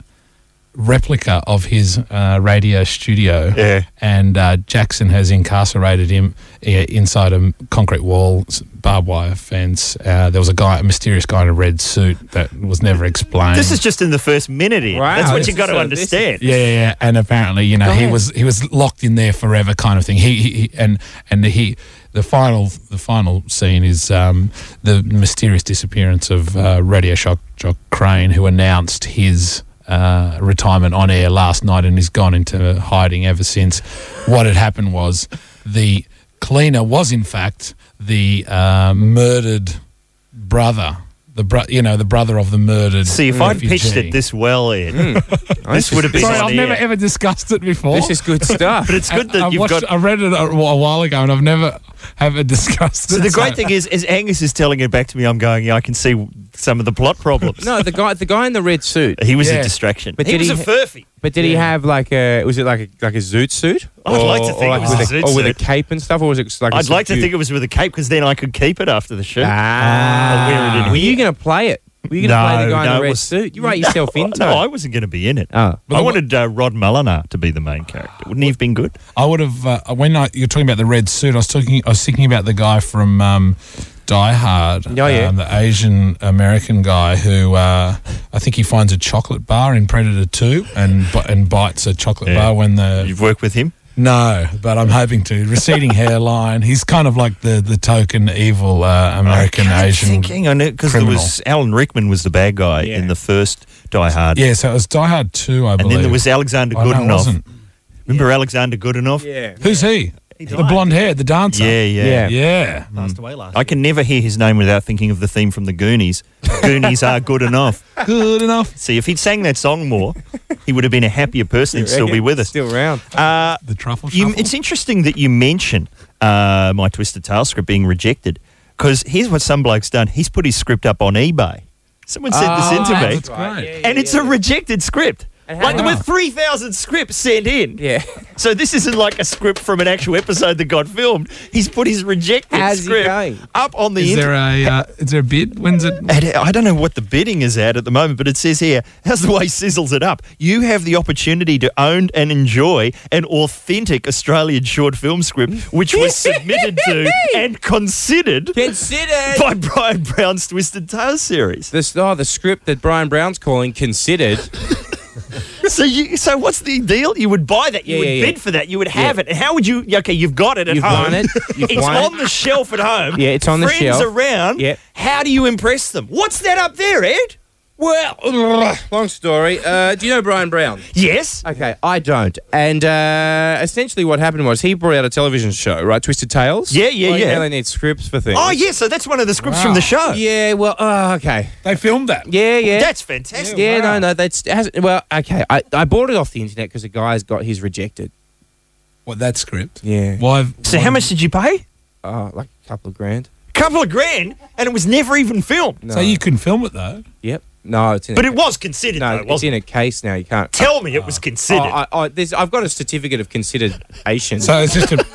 [SPEAKER 4] replica of his uh, radio studio.
[SPEAKER 2] Yeah.
[SPEAKER 4] And uh, Jackson has incarcerated him uh, inside a m- concrete wall, s- barbed wire fence. Uh, there was a guy, a mysterious guy in a red suit that was never explained.
[SPEAKER 2] This is just in the first minute here.
[SPEAKER 3] Wow,
[SPEAKER 2] That's what
[SPEAKER 3] this
[SPEAKER 2] you've got
[SPEAKER 3] is
[SPEAKER 2] to
[SPEAKER 3] a- this is-
[SPEAKER 2] understand.
[SPEAKER 4] Yeah, yeah, yeah. and apparently, you know, he
[SPEAKER 3] ahead.
[SPEAKER 4] was he was locked in there forever, kind of thing. He, he, he and and he the final the final scene is um, the mysterious disappearance of uh, Radio Shock Jock Crane, who announced his. Uh, retirement on air last night and is gone into hiding ever since. What had happened was the cleaner was in fact the uh, murdered brother, the bro- you know the brother of the murdered.
[SPEAKER 2] See, if I'd
[SPEAKER 4] refugee.
[SPEAKER 2] pitched it this well, Ed,
[SPEAKER 3] Hmm.
[SPEAKER 2] this would have been
[SPEAKER 4] Sorry,
[SPEAKER 2] on
[SPEAKER 4] I've
[SPEAKER 2] air.
[SPEAKER 4] never ever discussed it before.
[SPEAKER 3] This is good stuff.
[SPEAKER 2] But it's good
[SPEAKER 4] I,
[SPEAKER 2] that
[SPEAKER 4] I
[SPEAKER 2] you've
[SPEAKER 4] watched-
[SPEAKER 2] got.
[SPEAKER 4] I read it a, a while ago, and I've never ever discussed
[SPEAKER 2] So
[SPEAKER 4] it.
[SPEAKER 2] the great thing is, as Angus is telling it back to me, I'm going. Yeah, I can see some of the plot problems.
[SPEAKER 3] no, the guy, the guy in the red suit.
[SPEAKER 2] he was a
[SPEAKER 4] Yeah.
[SPEAKER 2] distraction.
[SPEAKER 3] But
[SPEAKER 2] he
[SPEAKER 3] did
[SPEAKER 2] was
[SPEAKER 3] he
[SPEAKER 2] a
[SPEAKER 3] ha-
[SPEAKER 2] furphy.
[SPEAKER 3] But did he have like a? Was it like a like a zoot suit?
[SPEAKER 2] I'd like to think it was a
[SPEAKER 3] with
[SPEAKER 2] zoot
[SPEAKER 3] or with a
[SPEAKER 2] suit.
[SPEAKER 3] cape and stuff, or was it just like? a
[SPEAKER 2] I'd like to
[SPEAKER 3] subdued-
[SPEAKER 2] think it was with a cape because then I could keep it after the shoot.
[SPEAKER 3] Ah,
[SPEAKER 2] I'll wear it in
[SPEAKER 3] were you
[SPEAKER 2] here.
[SPEAKER 3] going to play it? Were you going to play the
[SPEAKER 2] No,
[SPEAKER 3] guy in
[SPEAKER 2] no,
[SPEAKER 3] the
[SPEAKER 2] it
[SPEAKER 3] red
[SPEAKER 2] was-
[SPEAKER 3] suit? You write yourself
[SPEAKER 2] Oh,
[SPEAKER 3] into
[SPEAKER 2] no, I
[SPEAKER 3] it.
[SPEAKER 2] wasn't going to be in it.
[SPEAKER 3] Oh.
[SPEAKER 2] I wanted uh, Rod Mulliner to be the main character. Wouldn't he have been good?
[SPEAKER 4] I would have uh, when I, you're talking about the red suit. I was talking. I was thinking about the guy from um, Die Hard.
[SPEAKER 3] Oh, yeah.
[SPEAKER 4] um, the Asian American guy who uh, I think he finds a chocolate bar in Predator Two and bi- and bites a chocolate
[SPEAKER 2] Yeah.
[SPEAKER 4] bar when the
[SPEAKER 2] You've worked with him.
[SPEAKER 4] No, but I'm hoping to. Receding hairline. He's kind of like the, the token evil uh, American
[SPEAKER 2] I kept
[SPEAKER 4] Asian.
[SPEAKER 2] thinking on it because there was Alan Rickman was the bad guy in the first Die Hard,
[SPEAKER 4] Yeah, so it was Die Hard 2, I
[SPEAKER 2] and
[SPEAKER 4] believe.
[SPEAKER 2] then there was Alexander
[SPEAKER 4] Oh, no, it
[SPEAKER 2] Goodenough.
[SPEAKER 4] wasn't.
[SPEAKER 2] Remember Alexander Goodenough?
[SPEAKER 3] Yeah.
[SPEAKER 4] Who's he? the
[SPEAKER 2] died.
[SPEAKER 4] blonde hair, the dancer.
[SPEAKER 2] Yeah, yeah.
[SPEAKER 3] Yeah.
[SPEAKER 4] Yeah.
[SPEAKER 2] I can never hear his name without thinking of the theme from the Goonies. Goonies are good enough.
[SPEAKER 4] Good enough.
[SPEAKER 2] See, if he'd sang that song more, he would have been a happier person. He'd still be with us. Ah,
[SPEAKER 3] Still around.
[SPEAKER 4] The truffle
[SPEAKER 2] You,
[SPEAKER 4] shuffle.
[SPEAKER 2] it's interesting that you mention uh, my Twisted Tale script being rejected because here's what some bloke's done. He's put his script up on eBay. Someone sent
[SPEAKER 3] Oh,
[SPEAKER 2] this in to me,
[SPEAKER 4] That's great.
[SPEAKER 2] and it's a rejected script.
[SPEAKER 3] how-
[SPEAKER 2] Like there were 3,000 scripts sent in.
[SPEAKER 3] Yeah.
[SPEAKER 2] So this isn't like a script from an actual episode that got filmed. He's put his rejected
[SPEAKER 3] How's he
[SPEAKER 2] script
[SPEAKER 3] going?
[SPEAKER 2] up on the
[SPEAKER 4] Is
[SPEAKER 2] internet.
[SPEAKER 4] there a uh, is there a bid? When's it?
[SPEAKER 2] And I don't know what the bidding is at at the moment, but it says here, how's the way sizzles it up? You have the opportunity to own and enjoy an authentic Australian short film script, which was submitted to and considered
[SPEAKER 3] Considered.
[SPEAKER 2] by Brian Brown's Twisted Tale series.
[SPEAKER 3] This, oh, the script that Brian Brown's calling considered.
[SPEAKER 2] So, you, so what's the deal? You would buy that, you
[SPEAKER 3] Yeah,
[SPEAKER 2] would
[SPEAKER 3] yeah, yeah.
[SPEAKER 2] bid for that, you would have it. And how would you? Okay, you've got it at
[SPEAKER 3] You've
[SPEAKER 2] home.
[SPEAKER 3] won it. You've
[SPEAKER 2] it's
[SPEAKER 3] won it.
[SPEAKER 2] on the shelf at home.
[SPEAKER 3] Yeah, it's on the
[SPEAKER 2] Friends
[SPEAKER 3] shelf.
[SPEAKER 2] around.
[SPEAKER 3] Yeah.
[SPEAKER 2] How do you impress them? What's that up there, Ed?
[SPEAKER 3] Well, long story. Uh, do you know Brian Brown?
[SPEAKER 2] Yes.
[SPEAKER 3] Okay, I don't. And uh, essentially, what happened was he brought out a television show, right? Twisted Tales.
[SPEAKER 2] Yeah, yeah,
[SPEAKER 3] Well,
[SPEAKER 2] yeah.
[SPEAKER 3] They need scripts for things.
[SPEAKER 2] Oh, yeah, so that's one of the scripts from
[SPEAKER 4] Wow.
[SPEAKER 2] the show.
[SPEAKER 3] Yeah. Well. Oh, okay.
[SPEAKER 4] They filmed that.
[SPEAKER 3] Yeah. Yeah.
[SPEAKER 2] That's fantastic.
[SPEAKER 3] yeah,
[SPEAKER 4] wow.
[SPEAKER 3] no, no, that's it hasn't, well, okay. I, I bought it off the internet because a guy's got his rejected.
[SPEAKER 4] What that script?
[SPEAKER 3] Yeah.
[SPEAKER 4] Why?
[SPEAKER 2] So how much did you pay?
[SPEAKER 3] Oh, like a couple of grand.
[SPEAKER 2] Couple of grand, and it was never even filmed.
[SPEAKER 3] No.
[SPEAKER 4] So you couldn't film it though.
[SPEAKER 3] Yep. No, it's in.
[SPEAKER 2] But
[SPEAKER 3] a,
[SPEAKER 2] it was considered,
[SPEAKER 3] no,
[SPEAKER 2] though,
[SPEAKER 3] it's
[SPEAKER 2] wasn't
[SPEAKER 3] in a case now. You can't.
[SPEAKER 2] Tell me it was
[SPEAKER 3] Oh,
[SPEAKER 2] considered.
[SPEAKER 3] I, I, there's, I've got a certificate of consideration.
[SPEAKER 4] So it's just a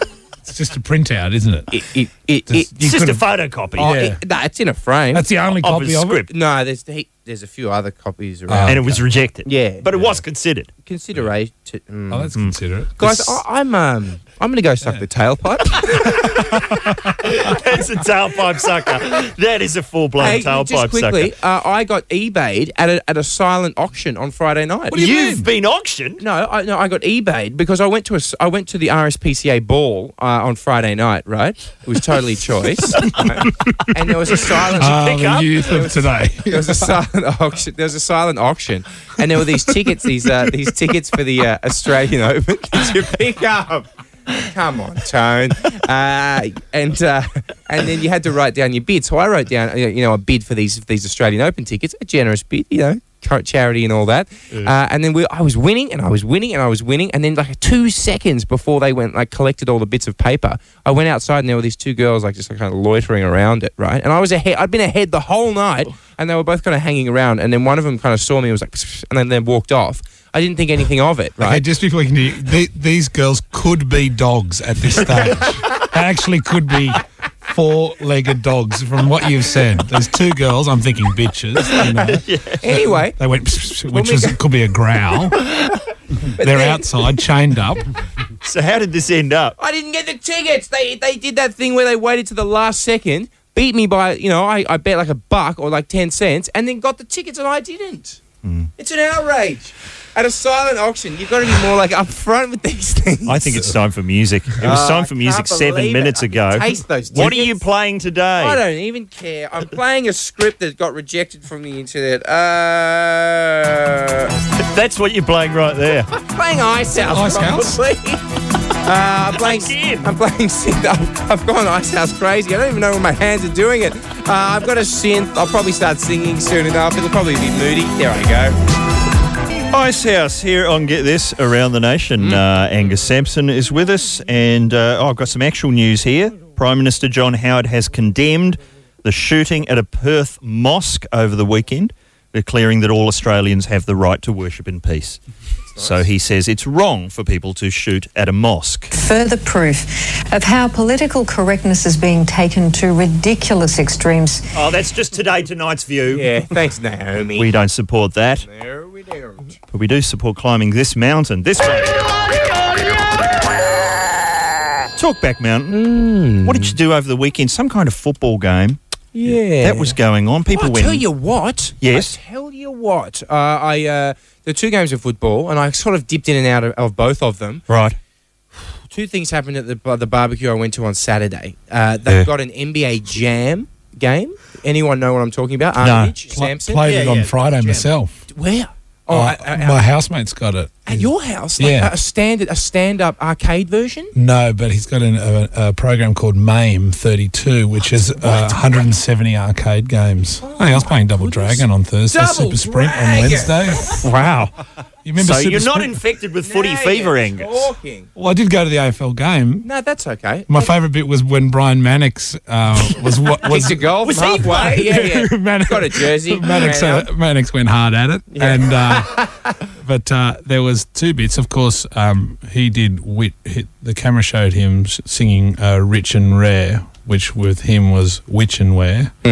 [SPEAKER 4] it's just a printout, isn't it?
[SPEAKER 3] it, it, it, it-
[SPEAKER 4] Just-
[SPEAKER 2] it's
[SPEAKER 4] you
[SPEAKER 2] just a
[SPEAKER 4] could've-
[SPEAKER 2] photocopy
[SPEAKER 3] oh,
[SPEAKER 4] yeah.
[SPEAKER 3] it- no, it's in a frame.
[SPEAKER 4] That's the only
[SPEAKER 2] of
[SPEAKER 4] copy
[SPEAKER 2] a
[SPEAKER 4] of
[SPEAKER 2] script,
[SPEAKER 3] no, there's he, there's a few other copies around.
[SPEAKER 2] and it was rejected.
[SPEAKER 3] Yeah.
[SPEAKER 2] But it was considered.
[SPEAKER 3] Consideration. Mm.
[SPEAKER 4] it. Oh, that's
[SPEAKER 2] Hmm.
[SPEAKER 4] considerate.
[SPEAKER 3] Guys, I, I'm um, I'm gonna go suck the tailpipe.
[SPEAKER 2] That's a tailpipe sucker. That is a full-blown
[SPEAKER 3] hey,
[SPEAKER 2] tailpipe
[SPEAKER 3] just
[SPEAKER 2] sucker.
[SPEAKER 3] quickly, uh, I got eBayed at a, at a silent auction on Friday night.
[SPEAKER 4] do you
[SPEAKER 2] You've been auctioned.
[SPEAKER 3] No, I, no, I got eBayed because I went to a s I went to the RSPCA ball uh, on Friday night. Right, it was totally choice, right? and there was a silent.
[SPEAKER 4] Ah,
[SPEAKER 2] pick
[SPEAKER 4] the
[SPEAKER 2] up?
[SPEAKER 4] youth of today.
[SPEAKER 3] there was a silent auction. There was a silent auction, and there were these tickets. These uh, these tickets for the uh, Australian Open. Did you pick up? Come on, Tone. Uh, and uh, and then you had to write down your bid. So I wrote down, uh, you know, a bid for these these Australian Open tickets, a generous bid, you know. cha- Charity and all that, uh, and then we, I was winning, and I was winning, and I was winning, and then like two seconds before they went like collected all the bits of paper, I went outside and there were these two girls like just like, kind of loitering around it, right? And I was ahead, I'd been ahead the whole night, and they were both kind of hanging around, and then one of them kind of saw me, and was like, and then then walked off. I didn't think anything of it, right?
[SPEAKER 4] Okay, just before we continue, the, these girls could be dogs at this stage. they actually could be four-legged dogs from what you've said. There's two girls. I'm thinking bitches. You know.
[SPEAKER 3] Anyway,
[SPEAKER 4] They went, "Pss, pss," which
[SPEAKER 3] we
[SPEAKER 4] is,
[SPEAKER 3] go-
[SPEAKER 4] could be a growl. They're outside, chained up.
[SPEAKER 2] So how did this end up?
[SPEAKER 3] I didn't get the tickets. They they did that thing where they waited to the last second, beat me by you know I, I bet like a buck or like ten cents, and then got the tickets and I didn't. It's an outrage. At a silent auction, you've got to be more like upfront with these things.
[SPEAKER 2] I think it's time for music. It was
[SPEAKER 3] Oh,
[SPEAKER 2] time for
[SPEAKER 3] I
[SPEAKER 2] music
[SPEAKER 3] can't
[SPEAKER 2] seven
[SPEAKER 3] believe it.
[SPEAKER 2] minutes
[SPEAKER 3] I can
[SPEAKER 2] ago.
[SPEAKER 3] taste those
[SPEAKER 2] what are
[SPEAKER 3] tickets.
[SPEAKER 2] you playing today?
[SPEAKER 3] I don't even care. I'm playing a script that got rejected from the internet. Uh,
[SPEAKER 2] That's what you're playing right there.
[SPEAKER 3] playing Ice House.
[SPEAKER 4] Ice House?
[SPEAKER 3] probably. Uh, I'm playing.
[SPEAKER 2] Again.
[SPEAKER 3] I'm playing synth. I've, I've gone Ice House crazy. I don't even know when my hands are doing it. Uh, I've got a synth. I'll probably start singing soon enough. It'll probably be moody. There I go.
[SPEAKER 2] Ice House here on Get This Around the Nation. Uh, Angus Sampson is with us, and uh, oh, I've got some actual news here. Prime Minister John Howard has condemned the shooting at a Perth mosque over the weekend, declaring that all Australians have the right to worship in peace. So he says it's wrong for people to shoot at a mosque.
[SPEAKER 8] further proof of how political correctness is being taken to ridiculous extremes.
[SPEAKER 2] Oh, that's just today, tonight's view.
[SPEAKER 3] Yeah. Thanks, Naomi.
[SPEAKER 2] We don't support that,
[SPEAKER 3] there we go.
[SPEAKER 2] but we do support climbing this mountain. This one. Talkback Mountain.
[SPEAKER 4] Mm.
[SPEAKER 2] What did you do over the weekend? Some kind of football game.
[SPEAKER 3] Yeah.
[SPEAKER 2] That was going on. People
[SPEAKER 3] Well, I
[SPEAKER 2] went.
[SPEAKER 3] tell you what.
[SPEAKER 2] Yes.
[SPEAKER 3] I tell you what. Uh, I uh, the two games of football, and I sort of dipped in and out of, of both of them.
[SPEAKER 2] Right.
[SPEAKER 3] Two things happened at the uh, the barbecue I went to on Saturday. Uh, they've
[SPEAKER 4] Yeah.
[SPEAKER 3] got an NBA Jam game. Anyone know what I'm talking about? Armitage,
[SPEAKER 4] Pla-
[SPEAKER 3] Samson?
[SPEAKER 4] played
[SPEAKER 3] Yeah,
[SPEAKER 4] it on
[SPEAKER 3] yeah.
[SPEAKER 4] Friday myself.
[SPEAKER 3] Where? Oh,
[SPEAKER 4] Uh,
[SPEAKER 3] at, at-
[SPEAKER 4] my housemate's got it.
[SPEAKER 3] at your house? Like
[SPEAKER 4] Yeah.
[SPEAKER 3] a standard, a stand-up arcade version.
[SPEAKER 4] No, but he's got an, a, a program called MAME 32, which is uh, 170 arcade games. hey, I was playing Double Dragon on Thursday,
[SPEAKER 3] Double
[SPEAKER 4] Super Sprint on
[SPEAKER 3] Dragon!
[SPEAKER 4] Wednesday.
[SPEAKER 2] Wow.
[SPEAKER 4] You remember
[SPEAKER 2] So
[SPEAKER 4] Super
[SPEAKER 2] you're not
[SPEAKER 4] Sprint?
[SPEAKER 2] infected with footy
[SPEAKER 3] Now
[SPEAKER 2] fever,
[SPEAKER 3] you're
[SPEAKER 2] Angus.
[SPEAKER 3] Talking.
[SPEAKER 4] Well, I did go to the AFL game.
[SPEAKER 3] No, that's okay.
[SPEAKER 4] My favourite bit was when Brian Mannix uh, was what was
[SPEAKER 3] Kicked a goal
[SPEAKER 2] was
[SPEAKER 3] from
[SPEAKER 2] he
[SPEAKER 3] halfway. Yeah, yeah.
[SPEAKER 4] Mannix-
[SPEAKER 3] Got a jersey.
[SPEAKER 4] Mannix,
[SPEAKER 3] ran
[SPEAKER 4] uh,
[SPEAKER 3] out.
[SPEAKER 4] Mannix went hard at it, and uh, but uh, there was two bits. Of course, um, he did. Wit, hit, the camera showed him s- singing uh, "Rich and Rare," which with him was "Witch and Ware" uh,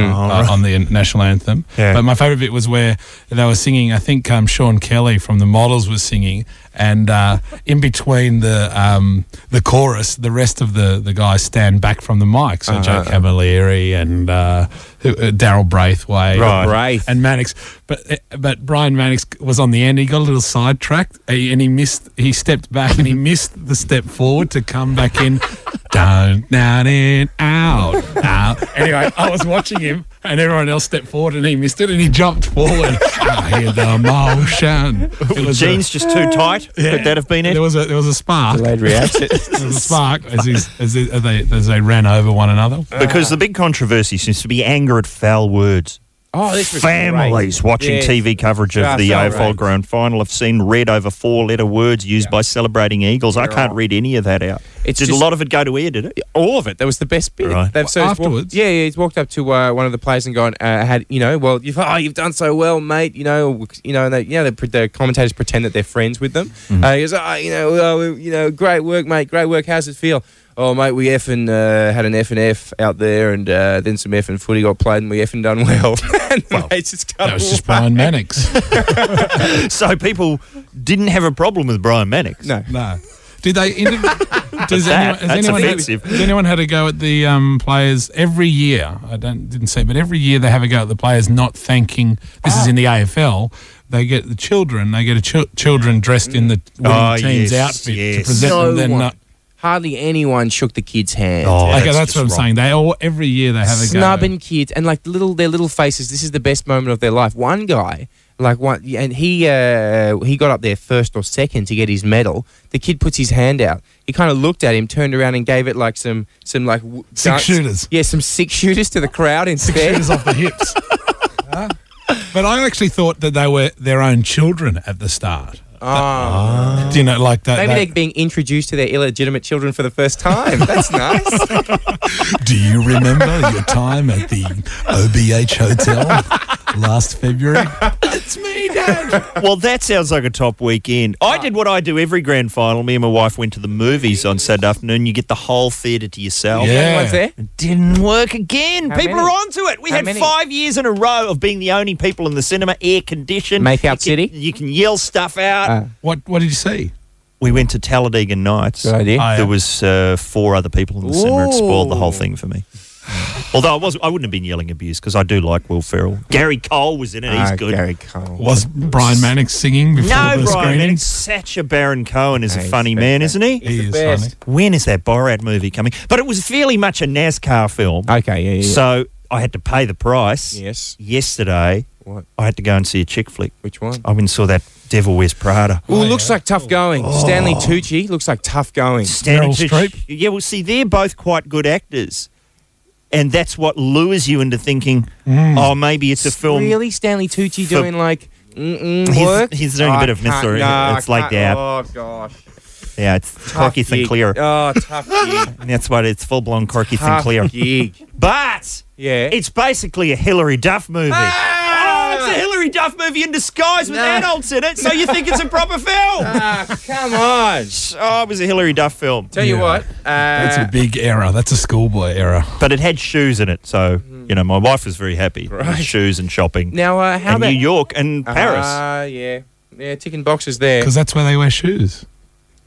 [SPEAKER 4] on the national anthem.
[SPEAKER 2] Mm. Oh, Yeah.
[SPEAKER 4] But my favourite bit was where they were singing. I think um, Sean Kelly from the Models was singing, and uh, in between the um, the chorus, the rest of the, the guys stand back from the mic.
[SPEAKER 2] Uh-huh.
[SPEAKER 4] So Joe Cavalieri and uh, who- uh, Daryl Braithwaite,
[SPEAKER 2] Right.
[SPEAKER 3] Braith.
[SPEAKER 4] and Mannix. But eh, but Brian Mannix was on the end. He got a little sidetracked eh, and he missed. He stepped back and he missed the step forward to come back in. Down, down, in, out, out. Anyway, I was watching him, and everyone else stepped forward, and he missed it, and he jumped forward. I hear the motion. It was a-
[SPEAKER 2] Jeans just too tight. Could that have been it?
[SPEAKER 4] There was a there was a spark. There
[SPEAKER 3] Delayed reaction.
[SPEAKER 4] was a spark as, is- as, is- as they as they ran over one another.
[SPEAKER 2] Because the big controversy seems to be anger at foul words.
[SPEAKER 3] oh, this was
[SPEAKER 2] Families
[SPEAKER 3] great.
[SPEAKER 2] watching
[SPEAKER 3] Yeah.
[SPEAKER 2] TV coverage of
[SPEAKER 3] Yeah,
[SPEAKER 2] the
[SPEAKER 3] so
[SPEAKER 2] AFL
[SPEAKER 3] right.
[SPEAKER 2] Grand Final have seen red over four letter words used by celebrating Eagles. I can't read any of that out.
[SPEAKER 3] It's
[SPEAKER 2] did
[SPEAKER 3] just-
[SPEAKER 2] a lot of it go to air, did it?
[SPEAKER 3] all of it. That was the best bit.
[SPEAKER 2] Right.
[SPEAKER 3] They've- so he's walked-
[SPEAKER 4] Afterwards?
[SPEAKER 3] yeah, yeah, he's walked up to uh, one of the players and gone, uh, had you know, well, you've oh, you've done so well, mate. You know, you know, and they, you know, the, pre- the commentators pretend that they're friends with them.
[SPEAKER 4] Mm-hmm.
[SPEAKER 3] Uh, he goes, oh, you know, well, we- you know, great work, mate. Great work. How's it feel? Oh, mate, we effing uh, had an F and F out there, and uh, then some F and footy got played, and we effing done well. and the mate's just
[SPEAKER 4] That
[SPEAKER 3] got
[SPEAKER 4] was just Brian Mannix.
[SPEAKER 2] So people didn't have a problem with Brian Mannix.
[SPEAKER 3] No.
[SPEAKER 4] No. Did they? Inter-
[SPEAKER 2] That-
[SPEAKER 4] does anyone, has
[SPEAKER 2] that's
[SPEAKER 4] anyone
[SPEAKER 2] offensive.
[SPEAKER 4] Had, has anyone had a go at the um, players every year? I don't didn't see, but every year they have a go at the players not thanking. This is in the AFL. They get the children. They get a chil- children dressed in the winning
[SPEAKER 2] Oh,
[SPEAKER 4] team's
[SPEAKER 2] yes,
[SPEAKER 4] outfit to
[SPEAKER 2] yes.
[SPEAKER 4] present
[SPEAKER 3] no
[SPEAKER 4] them. Then
[SPEAKER 3] one,
[SPEAKER 4] not-
[SPEAKER 3] hardly anyone shook the kid's hand.
[SPEAKER 2] Oh, that's
[SPEAKER 4] okay, that's,
[SPEAKER 2] just
[SPEAKER 4] what I'm
[SPEAKER 2] wrong.
[SPEAKER 4] saying. They all every year they have a
[SPEAKER 3] snubbing
[SPEAKER 4] go.
[SPEAKER 3] kids and like little their little faces. This is the best moment of their life. One guy, like one, and he uh, he got up there first or second to get his medal. The kid puts his hand out. He kind of looked at him, turned around, and gave it like some some like w-
[SPEAKER 4] Six
[SPEAKER 3] dance-
[SPEAKER 4] shooters.
[SPEAKER 3] Yeah, some six shooters to the crowd instead.
[SPEAKER 4] Shooters off the hips. Huh? But I actually thought that they were their own children at the start.
[SPEAKER 3] Oh.
[SPEAKER 4] Do you know, like that?
[SPEAKER 3] Maybe
[SPEAKER 4] that-
[SPEAKER 3] they're being introduced to their illegitimate children for the first time. That's nice.
[SPEAKER 4] Do you remember your time at the OBH hotel? last February.
[SPEAKER 2] Well, that sounds like a top weekend.
[SPEAKER 3] Ah.
[SPEAKER 2] I did what I do every grand final. Me and my wife went to the movies on Saturday afternoon. You get the whole theatre to yourself.
[SPEAKER 4] Yeah.
[SPEAKER 3] Anyone's there?
[SPEAKER 2] It didn't work again.
[SPEAKER 3] How
[SPEAKER 2] people
[SPEAKER 3] many?
[SPEAKER 2] are onto it. We
[SPEAKER 3] How
[SPEAKER 2] had
[SPEAKER 3] many?
[SPEAKER 2] five years in a row of being the only people in the cinema, air conditioned.
[SPEAKER 3] Make out
[SPEAKER 2] You can-
[SPEAKER 3] city?
[SPEAKER 2] You can yell stuff out.
[SPEAKER 3] Ah.
[SPEAKER 4] What What did you see?
[SPEAKER 2] we went to Talladega Nights.
[SPEAKER 3] Good idea.
[SPEAKER 4] Oh, yeah.
[SPEAKER 2] There was uh, four other people in the cinema. It spoiled the whole
[SPEAKER 3] Ooh.
[SPEAKER 2] thing for me. Although I was, I wouldn't have been yelling abuse because I do like Will Ferrell. Gary Cole was in it. He's
[SPEAKER 3] Ah,
[SPEAKER 2] good.
[SPEAKER 3] Gary Cole.
[SPEAKER 4] Was Brian Mannix singing before
[SPEAKER 2] No,
[SPEAKER 4] the
[SPEAKER 2] Brian,
[SPEAKER 4] screening?
[SPEAKER 2] man, such a Baron Cohen is
[SPEAKER 3] Yeah,
[SPEAKER 2] a
[SPEAKER 3] he's
[SPEAKER 2] funny man, isn't he?
[SPEAKER 4] He
[SPEAKER 3] the
[SPEAKER 4] is
[SPEAKER 3] best.
[SPEAKER 4] funny.
[SPEAKER 2] When is that Borat movie coming? But it was fairly much a NASCAR film.
[SPEAKER 3] Okay, Ah, yeah, yeah. yeah.
[SPEAKER 2] So I had to pay the price.
[SPEAKER 3] yes.
[SPEAKER 2] Yesterday,
[SPEAKER 3] What?
[SPEAKER 2] I had to go and see a chick flick.
[SPEAKER 3] Which one?
[SPEAKER 2] I went and saw that Devil Wears Prada.
[SPEAKER 3] Ooh, looks like tough
[SPEAKER 2] Oh.
[SPEAKER 3] going. Stanley Tucci looks like tough going.
[SPEAKER 2] Standing
[SPEAKER 4] Meryl
[SPEAKER 2] to-
[SPEAKER 4] Streep?
[SPEAKER 2] yeah, well, see, they're both quite good actors. And that's what lures you into thinking,
[SPEAKER 4] Mm.
[SPEAKER 2] oh, maybe it's a film.
[SPEAKER 3] Really, Stanley Tucci
[SPEAKER 2] For-
[SPEAKER 3] doing like mm-mm
[SPEAKER 2] He's-
[SPEAKER 3] work?
[SPEAKER 2] he's doing a
[SPEAKER 3] I
[SPEAKER 2] bit of
[SPEAKER 3] can't-
[SPEAKER 2] mystery.
[SPEAKER 3] No,
[SPEAKER 2] It's
[SPEAKER 3] I
[SPEAKER 2] like
[SPEAKER 3] can't-
[SPEAKER 2] that.
[SPEAKER 3] Oh gosh,
[SPEAKER 2] Yeah, it's Corky
[SPEAKER 3] Tough gig.
[SPEAKER 2] Sinclair.
[SPEAKER 3] Oh, tough gig.
[SPEAKER 2] And that's what it's full blown Corky
[SPEAKER 3] tough
[SPEAKER 2] Sinclair.
[SPEAKER 3] gig.
[SPEAKER 2] But
[SPEAKER 3] Yeah.
[SPEAKER 2] it's basically a Hillary Duff movie.
[SPEAKER 3] Ah!
[SPEAKER 2] Oh, it's a Hillary Duff movie in disguise with
[SPEAKER 3] No.
[SPEAKER 2] adults in it, so you think it's a proper film.
[SPEAKER 3] Ah, come on.
[SPEAKER 2] Oh, it was a Hillary Duff film,
[SPEAKER 3] Tell you
[SPEAKER 4] Yeah.
[SPEAKER 3] what. Uh,
[SPEAKER 4] That's a big error. That's a schoolboy error.
[SPEAKER 2] but it had shoes in it, so you know my wife was very happy. It was
[SPEAKER 3] Mm. Right.
[SPEAKER 2] Shoes and shopping,
[SPEAKER 3] now, uh, how
[SPEAKER 2] and
[SPEAKER 3] about
[SPEAKER 2] New York and Paris.
[SPEAKER 3] Ah, yeah, yeah, ticking boxes there.
[SPEAKER 4] Because that's where they wear shoes.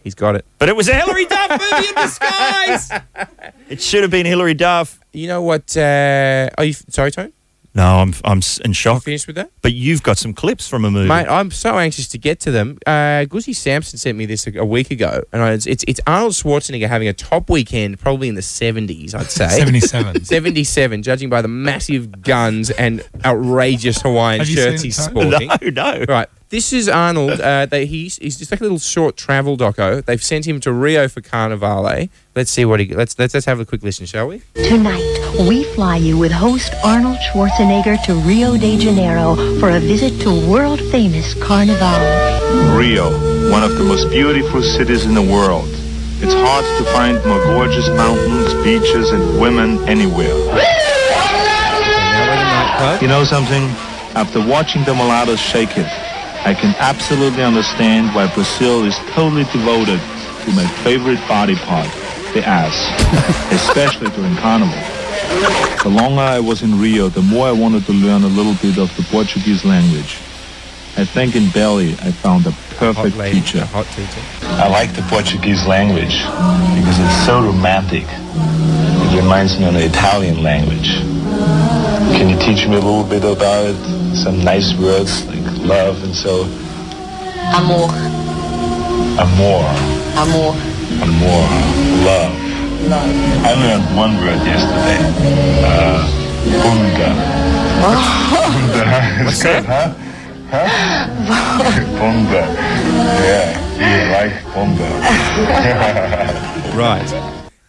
[SPEAKER 3] He's got it.
[SPEAKER 2] But it was a Hillary Duff movie in disguise. it should have been Hillary Duff.
[SPEAKER 3] You know what? Uh, are you f- sorry, Tone?
[SPEAKER 2] No, I'm I'm s- in
[SPEAKER 3] You
[SPEAKER 2] shock.
[SPEAKER 3] finished with that,
[SPEAKER 2] But you've got some clips from a movie.
[SPEAKER 3] mate? I'm so anxious to get to them. Uh, Guzzy Sampson sent me this a, a week ago, and I, it's, it's it's Arnold Schwarzenegger having a top weekend, probably in the seventies, I'd say.
[SPEAKER 4] 77.
[SPEAKER 3] 77, judging by the massive guns and outrageous Hawaiian
[SPEAKER 4] Have you
[SPEAKER 3] shirts
[SPEAKER 4] seen
[SPEAKER 3] he's
[SPEAKER 4] it, Tone?
[SPEAKER 2] no,
[SPEAKER 3] sporting.
[SPEAKER 2] no.
[SPEAKER 3] Right. This is Arnold. Uh, that he's, he's just like a little short travel doco. They've sent him to Rio for Carnivale. Let's see what he. Let's let's, let's have a quick listen, shall we?
[SPEAKER 9] Tonight, we fly you with host Arnold Schwarzenegger to Rio de Janeiro for a visit to world famous Carnival.
[SPEAKER 10] Rio, one of the most beautiful cities in the world. It's hard to find more gorgeous mountains, beaches, and women anywhere.
[SPEAKER 3] Now we're in the nightclub.
[SPEAKER 10] You know something? After watching the mulattoes shake it, I can absolutely understand why Brazil is totally devoted to my favorite body part, the ass, especially during carnival. The longer I was in Rio, the more I wanted to learn a little bit of the Portuguese language. I think in Bali I found a
[SPEAKER 3] Hot
[SPEAKER 10] perfect
[SPEAKER 3] lady,
[SPEAKER 10] teacher.
[SPEAKER 3] a hot teacher.
[SPEAKER 10] I like the Portuguese language because it's so romantic. It reminds me of the Italian language. Can you teach me a little bit about it? Some nice words like love and so.
[SPEAKER 9] Amor,
[SPEAKER 10] Amor.
[SPEAKER 9] amor.
[SPEAKER 10] Amor. Love. I learned one word yesterday. Uh, bunga. Bunga. It's good, huh? Huh? bunga. Yeah, you like bunga.
[SPEAKER 3] Right.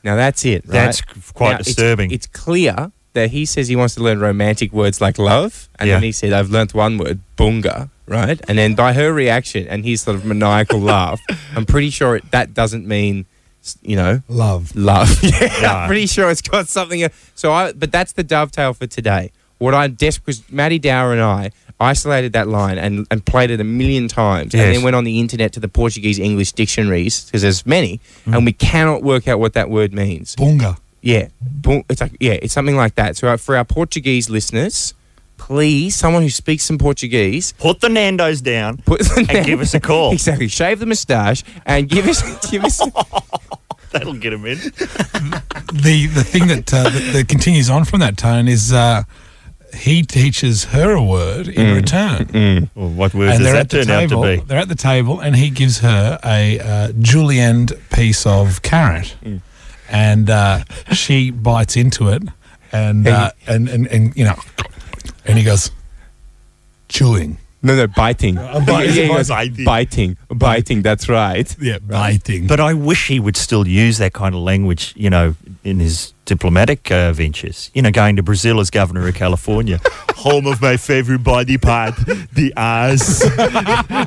[SPEAKER 3] Now that's it. Right?
[SPEAKER 2] That's c- quite
[SPEAKER 3] it's-
[SPEAKER 2] disturbing.
[SPEAKER 3] It's, clear that he says he wants to learn romantic words like love, and then
[SPEAKER 2] Yeah.
[SPEAKER 3] he said, "I've learnt one word, bunga." Right, and then by her reaction and his sort of maniacal laugh, I'm pretty sure it, that doesn't mean, s- you know,
[SPEAKER 4] Love.
[SPEAKER 3] love. yeah,
[SPEAKER 2] No.
[SPEAKER 3] I'm pretty sure it's got something. uh, So I, but that's the dovetail for today. What I'm desperate because Maddie Dower and I isolated that line and, and played it a million times, and
[SPEAKER 2] Yes.
[SPEAKER 3] then went on the internet to the Portuguese English dictionaries because there's many, and we cannot work out what that word means.
[SPEAKER 4] Bunga.
[SPEAKER 3] Yeah, boom, it's like yeah, it's something like that. So uh, for our Portuguese listeners, please, someone who speaks some Portuguese,
[SPEAKER 2] Put the Nando's down.
[SPEAKER 3] put the
[SPEAKER 2] And give us a call.
[SPEAKER 3] Exactly, shave the moustache and give us give us.
[SPEAKER 2] That'll get him in.
[SPEAKER 4] The the thing that, uh, that that continues on from that tone is uh, he teaches her a word in return,
[SPEAKER 2] Well, what word
[SPEAKER 4] and
[SPEAKER 2] does
[SPEAKER 4] they're
[SPEAKER 2] that
[SPEAKER 4] at the
[SPEAKER 2] turn out to
[SPEAKER 4] table.
[SPEAKER 2] be?
[SPEAKER 4] They're at the table, and he gives her a uh, julienne piece of carrot, and uh, she bites into it, and, uh, and and and you know, and he goes chewing,
[SPEAKER 3] No, no, biting.
[SPEAKER 4] biting,
[SPEAKER 3] he goes,
[SPEAKER 2] biting.
[SPEAKER 3] biting, biting. That's right.
[SPEAKER 4] yeah, biting.
[SPEAKER 2] But I wish he would still use that kind of language, you know, in his diplomatic uh, ventures. You know, going to Brazil as governor of California, home of my favorite body part, the ass.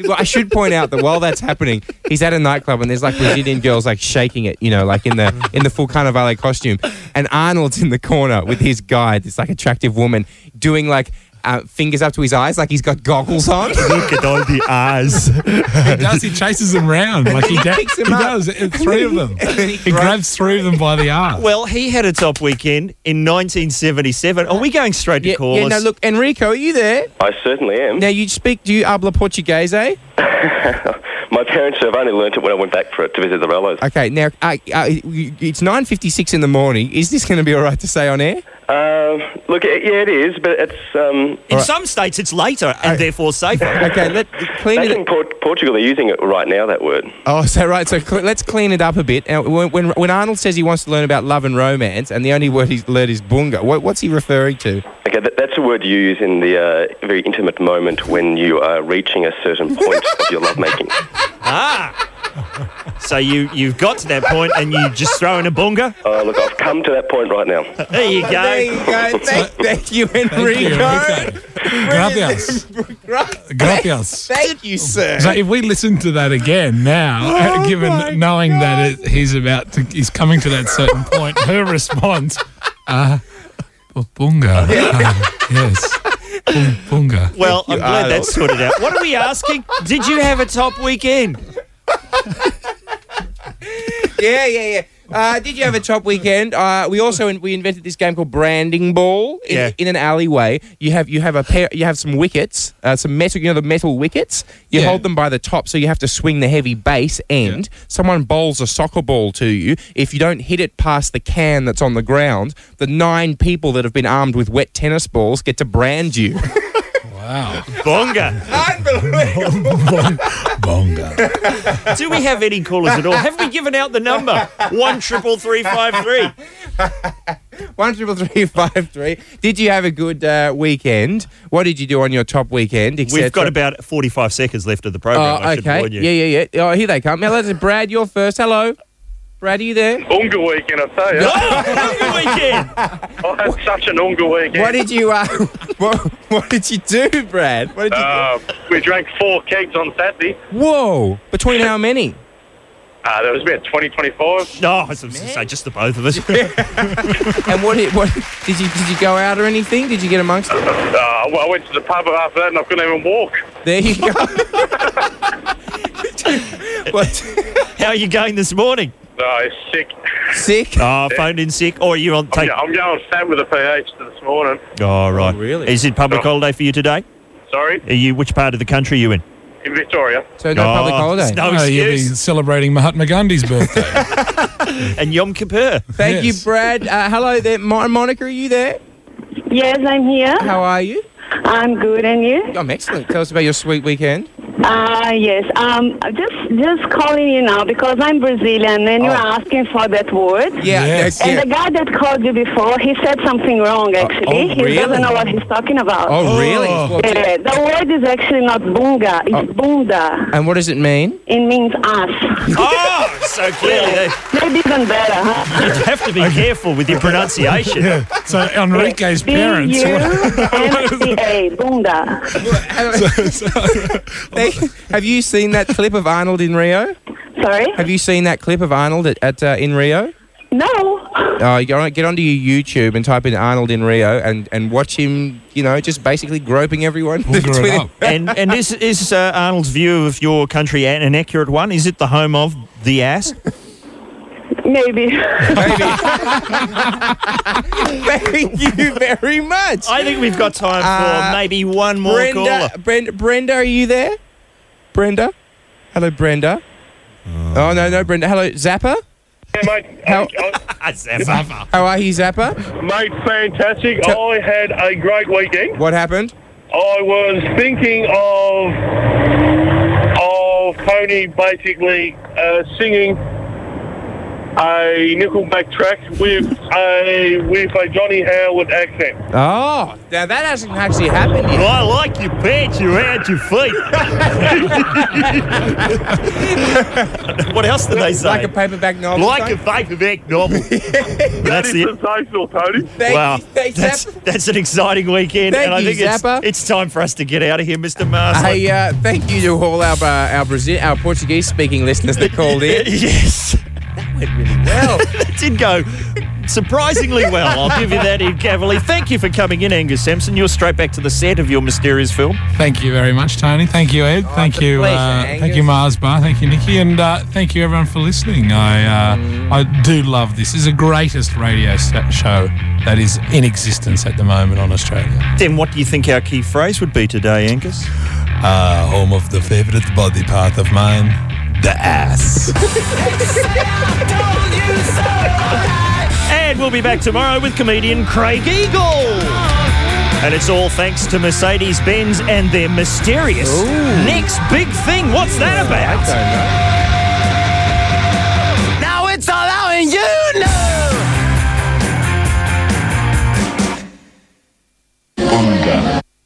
[SPEAKER 3] Well, I should point out that while that's happening, he's at a nightclub and there's like Brazilian girls like shaking it, you know, like in the in the full Carnivale costume, and Arnold's in the corner with his guide, this like attractive woman doing like uh, fingers up to his eyes like he's got goggles on.
[SPEAKER 2] Look at all the eyes.
[SPEAKER 4] He does. He chases them round. Like he, da-
[SPEAKER 3] picks 'em
[SPEAKER 4] he
[SPEAKER 3] up.
[SPEAKER 4] does. uh, Three of them.
[SPEAKER 3] he
[SPEAKER 4] he, grabs three of them by the arm.
[SPEAKER 2] Well, he had a top weekend in 1977. Are we going straight to
[SPEAKER 3] yeah,
[SPEAKER 2] call
[SPEAKER 3] yeah, no, look, Enrico, are you there?
[SPEAKER 11] I certainly am.
[SPEAKER 3] Now, you speak, do you habla Portuguese, eh?
[SPEAKER 11] My parents have only learnt it when I went back for it to visit the Rellos.
[SPEAKER 3] Okay, now, uh, uh, you- it's 9.56 in the morning. Is this going to be all right to say on air?
[SPEAKER 11] Um, look, it- yeah, it is, but it's um,
[SPEAKER 2] In some states, it's later and therefore safer.
[SPEAKER 3] Okay, let clean
[SPEAKER 11] back
[SPEAKER 3] it
[SPEAKER 11] in Port- Portugal. They're using it right now. That word.
[SPEAKER 3] Oh, so right. So cl- let's clean it up a bit. Now, when, when when Arnold says he wants to learn about love and romance, and the only word he's learned is bunga, what, what's he referring to?
[SPEAKER 11] Okay, that, that's a word you use in the uh, very intimate moment when you are reaching a certain point of your lovemaking.
[SPEAKER 2] So you, you've got to that point and you just throw in a bunga.
[SPEAKER 11] Oh, look, I've come to that point right now.
[SPEAKER 2] There you go.
[SPEAKER 3] There you go. Thank, thank you,
[SPEAKER 4] Thank you,
[SPEAKER 3] Enrico.
[SPEAKER 4] Enrico. Gracias. Gracias.
[SPEAKER 3] Thank you, sir.
[SPEAKER 4] So if we listen to that again now,
[SPEAKER 3] Oh my
[SPEAKER 4] given knowing that it, he's about to, he's coming to that certain point, her response, uh, bu- bunga, uh, yes, Bung- bunga.
[SPEAKER 2] Well, I'm glad
[SPEAKER 3] Arnold.
[SPEAKER 2] that's sorted out. What are we asking? Did you have a top weekend?
[SPEAKER 3] Yeah, yeah, yeah. Uh, did you have a top weekend? Uh, we also in, we invented this game called branding ball in,
[SPEAKER 2] Yeah.
[SPEAKER 3] in an alleyway. You have you have a pair you have some wickets, uh, some metal you know the metal wickets. You
[SPEAKER 4] Yeah.
[SPEAKER 3] hold them by the top, so you have to swing the heavy base end. Someone bowls a soccer ball to you. If you don't hit it past the can that's on the ground, the nine people that have been armed with wet tennis balls get to brand you.
[SPEAKER 4] Wow,
[SPEAKER 2] Bunga.
[SPEAKER 3] Unbelievable.
[SPEAKER 4] Bung- bunga.
[SPEAKER 2] Do we have any callers at all? Have we given out the number? One triple three five three.
[SPEAKER 3] One triple three five three. Did you have a good uh, weekend? What did you do on your top weekend? et
[SPEAKER 2] We've got
[SPEAKER 3] cetera?
[SPEAKER 2] about forty five seconds left of the program.
[SPEAKER 3] Oh,
[SPEAKER 2] I should
[SPEAKER 3] okay.
[SPEAKER 2] warn you.
[SPEAKER 3] Yeah, yeah, yeah. Oh, here they come. Now, let's Brad, you're first. Hello. Brad, are you there?
[SPEAKER 11] Unga weekend, I tell you.
[SPEAKER 2] Oh, happy weekend.
[SPEAKER 11] I had such an Unga weekend.
[SPEAKER 3] What did you uh, what, what did you do, Brad? What did you
[SPEAKER 11] Uh, we drank four kegs on Saturday.
[SPEAKER 3] do? Whoa. Between how many?
[SPEAKER 11] Uh, there was about 20, 25.
[SPEAKER 2] No, I was going to say just the both of us.
[SPEAKER 3] And what did, what did you did you go out or anything? Did you get amongst it?
[SPEAKER 11] Uh, well, I went to the pub after that and I couldn't even walk.
[SPEAKER 3] There you go. what
[SPEAKER 2] How are you going this morning?
[SPEAKER 11] No, it's sick.
[SPEAKER 3] sick?
[SPEAKER 2] Oh, phoned in sick, or are you on take?
[SPEAKER 11] I'm going fat with a pH this morning.
[SPEAKER 2] Oh, right.
[SPEAKER 3] Oh, really?
[SPEAKER 2] Is it public
[SPEAKER 11] Oh.
[SPEAKER 2] holiday for you today?
[SPEAKER 11] Sorry,
[SPEAKER 2] Are you which part of the country are you in?
[SPEAKER 11] in Victoria.
[SPEAKER 3] So no
[SPEAKER 2] Oh,
[SPEAKER 3] public holiday.
[SPEAKER 2] it's No
[SPEAKER 4] Oh, you'll be
[SPEAKER 2] excuse.
[SPEAKER 4] celebrating Mahatma Gandhi's birthday.
[SPEAKER 2] And Yom Kippur.
[SPEAKER 3] Thank
[SPEAKER 4] Yes.
[SPEAKER 3] you, Brad. Uh, hello there, Mon- Monica. Are you there?
[SPEAKER 12] Yes, I'm here.
[SPEAKER 3] How are you?
[SPEAKER 12] I'm good, and you?
[SPEAKER 3] I'm excellent. Tell us about your sweet weekend.
[SPEAKER 12] Ah, yes. Um, I'm just just calling you now because I'm Brazilian, and you're
[SPEAKER 3] Oh.
[SPEAKER 12] asking for that word.
[SPEAKER 3] Yeah.
[SPEAKER 4] Yes.
[SPEAKER 3] yeah.
[SPEAKER 12] And the guy that called you before, he said something
[SPEAKER 7] Uh,
[SPEAKER 12] wrong. Actually,
[SPEAKER 3] oh,
[SPEAKER 12] he
[SPEAKER 3] really?
[SPEAKER 12] doesn't know what he's talking about.
[SPEAKER 3] Oh, really?
[SPEAKER 4] Oh.
[SPEAKER 3] Well,
[SPEAKER 12] Yeah, the word is actually not bunga, it's bunda.
[SPEAKER 3] And what does it mean?
[SPEAKER 12] It means ass.
[SPEAKER 2] oh, so clearly they
[SPEAKER 12] Maybe even better, huh?
[SPEAKER 2] you have to be careful with your pronunciation.
[SPEAKER 4] so Enrique's parents.
[SPEAKER 12] B-U-N-D-A, bunda.
[SPEAKER 3] They- have you seen that clip of Arnold in Rio?
[SPEAKER 12] Sorry?
[SPEAKER 3] Have you seen that clip of Arnold at, at uh, in Rio?
[SPEAKER 12] No.
[SPEAKER 3] Uh, you on, get onto your YouTube and type in Arnold in Rio and, and watch him. You know, just basically groping everyone.
[SPEAKER 4] Bunga
[SPEAKER 3] With-
[SPEAKER 4] it up.
[SPEAKER 2] And and is is uh, Arnold's view of your country an an accurate one? Is it the home of the ass?
[SPEAKER 12] Maybe.
[SPEAKER 3] Thank you very much,
[SPEAKER 2] I think we've got time for
[SPEAKER 3] Uh,
[SPEAKER 2] maybe one more caller.
[SPEAKER 3] Brenda. Brenda, Brenda, are you there? Brenda, hello, Brenda. oh no, no, Brenda. Hello, Zappa.
[SPEAKER 11] mate, uh,
[SPEAKER 3] How-
[SPEAKER 2] Zappa.
[SPEAKER 3] How are you, Zappa?
[SPEAKER 11] mate, fantastic.
[SPEAKER 3] Tell-
[SPEAKER 11] I had a great weekend.
[SPEAKER 3] What happened?
[SPEAKER 11] I was thinking of of Tony basically uh, singing a Nickelback track with a with a Johnny Howard accent.
[SPEAKER 3] Oh, now that hasn't actually happened yet.
[SPEAKER 2] Well, Oh, I like your pants, your hands, your feet. what else did they say?
[SPEAKER 3] Like a paperback novel.
[SPEAKER 2] Like a paperback novel. that's the
[SPEAKER 11] sensational, Tony.
[SPEAKER 3] Thank
[SPEAKER 2] wow.
[SPEAKER 3] you, thank you,
[SPEAKER 2] That's,
[SPEAKER 3] Zappa.
[SPEAKER 2] that's an exciting weekend,
[SPEAKER 3] Thank
[SPEAKER 2] and I
[SPEAKER 3] you,
[SPEAKER 2] think
[SPEAKER 3] Zappa.
[SPEAKER 2] it's, it's time for us to get out of here, Mr. Mars.
[SPEAKER 3] Hey, uh, thank you to all our uh, our Brazil, our Portuguese speaking listeners that called in.
[SPEAKER 2] yes,
[SPEAKER 3] well,
[SPEAKER 2] that did go surprisingly well. I'll give you that, Ed Cavalier. Thank you for coming in, Angus Sampson. You're straight back to the set of your mysterious film.
[SPEAKER 4] Thank you very much, Tony. Thank you, Ed. thank you, uh, thank you, Mars Bar. Thank you, Nikki, and uh, thank you everyone for listening. I uh, I do love this. This is the greatest radio sa- show that is in existence at the moment on Australia.
[SPEAKER 2] Then what do you think our key phrase would be today, Angus?
[SPEAKER 4] Uh, home of the favourite body part of mine, the ass.
[SPEAKER 2] And we'll be back tomorrow with comedian Craig Eagle. And it's all thanks to Mercedes Benz and their mysterious next big thing. What's that about?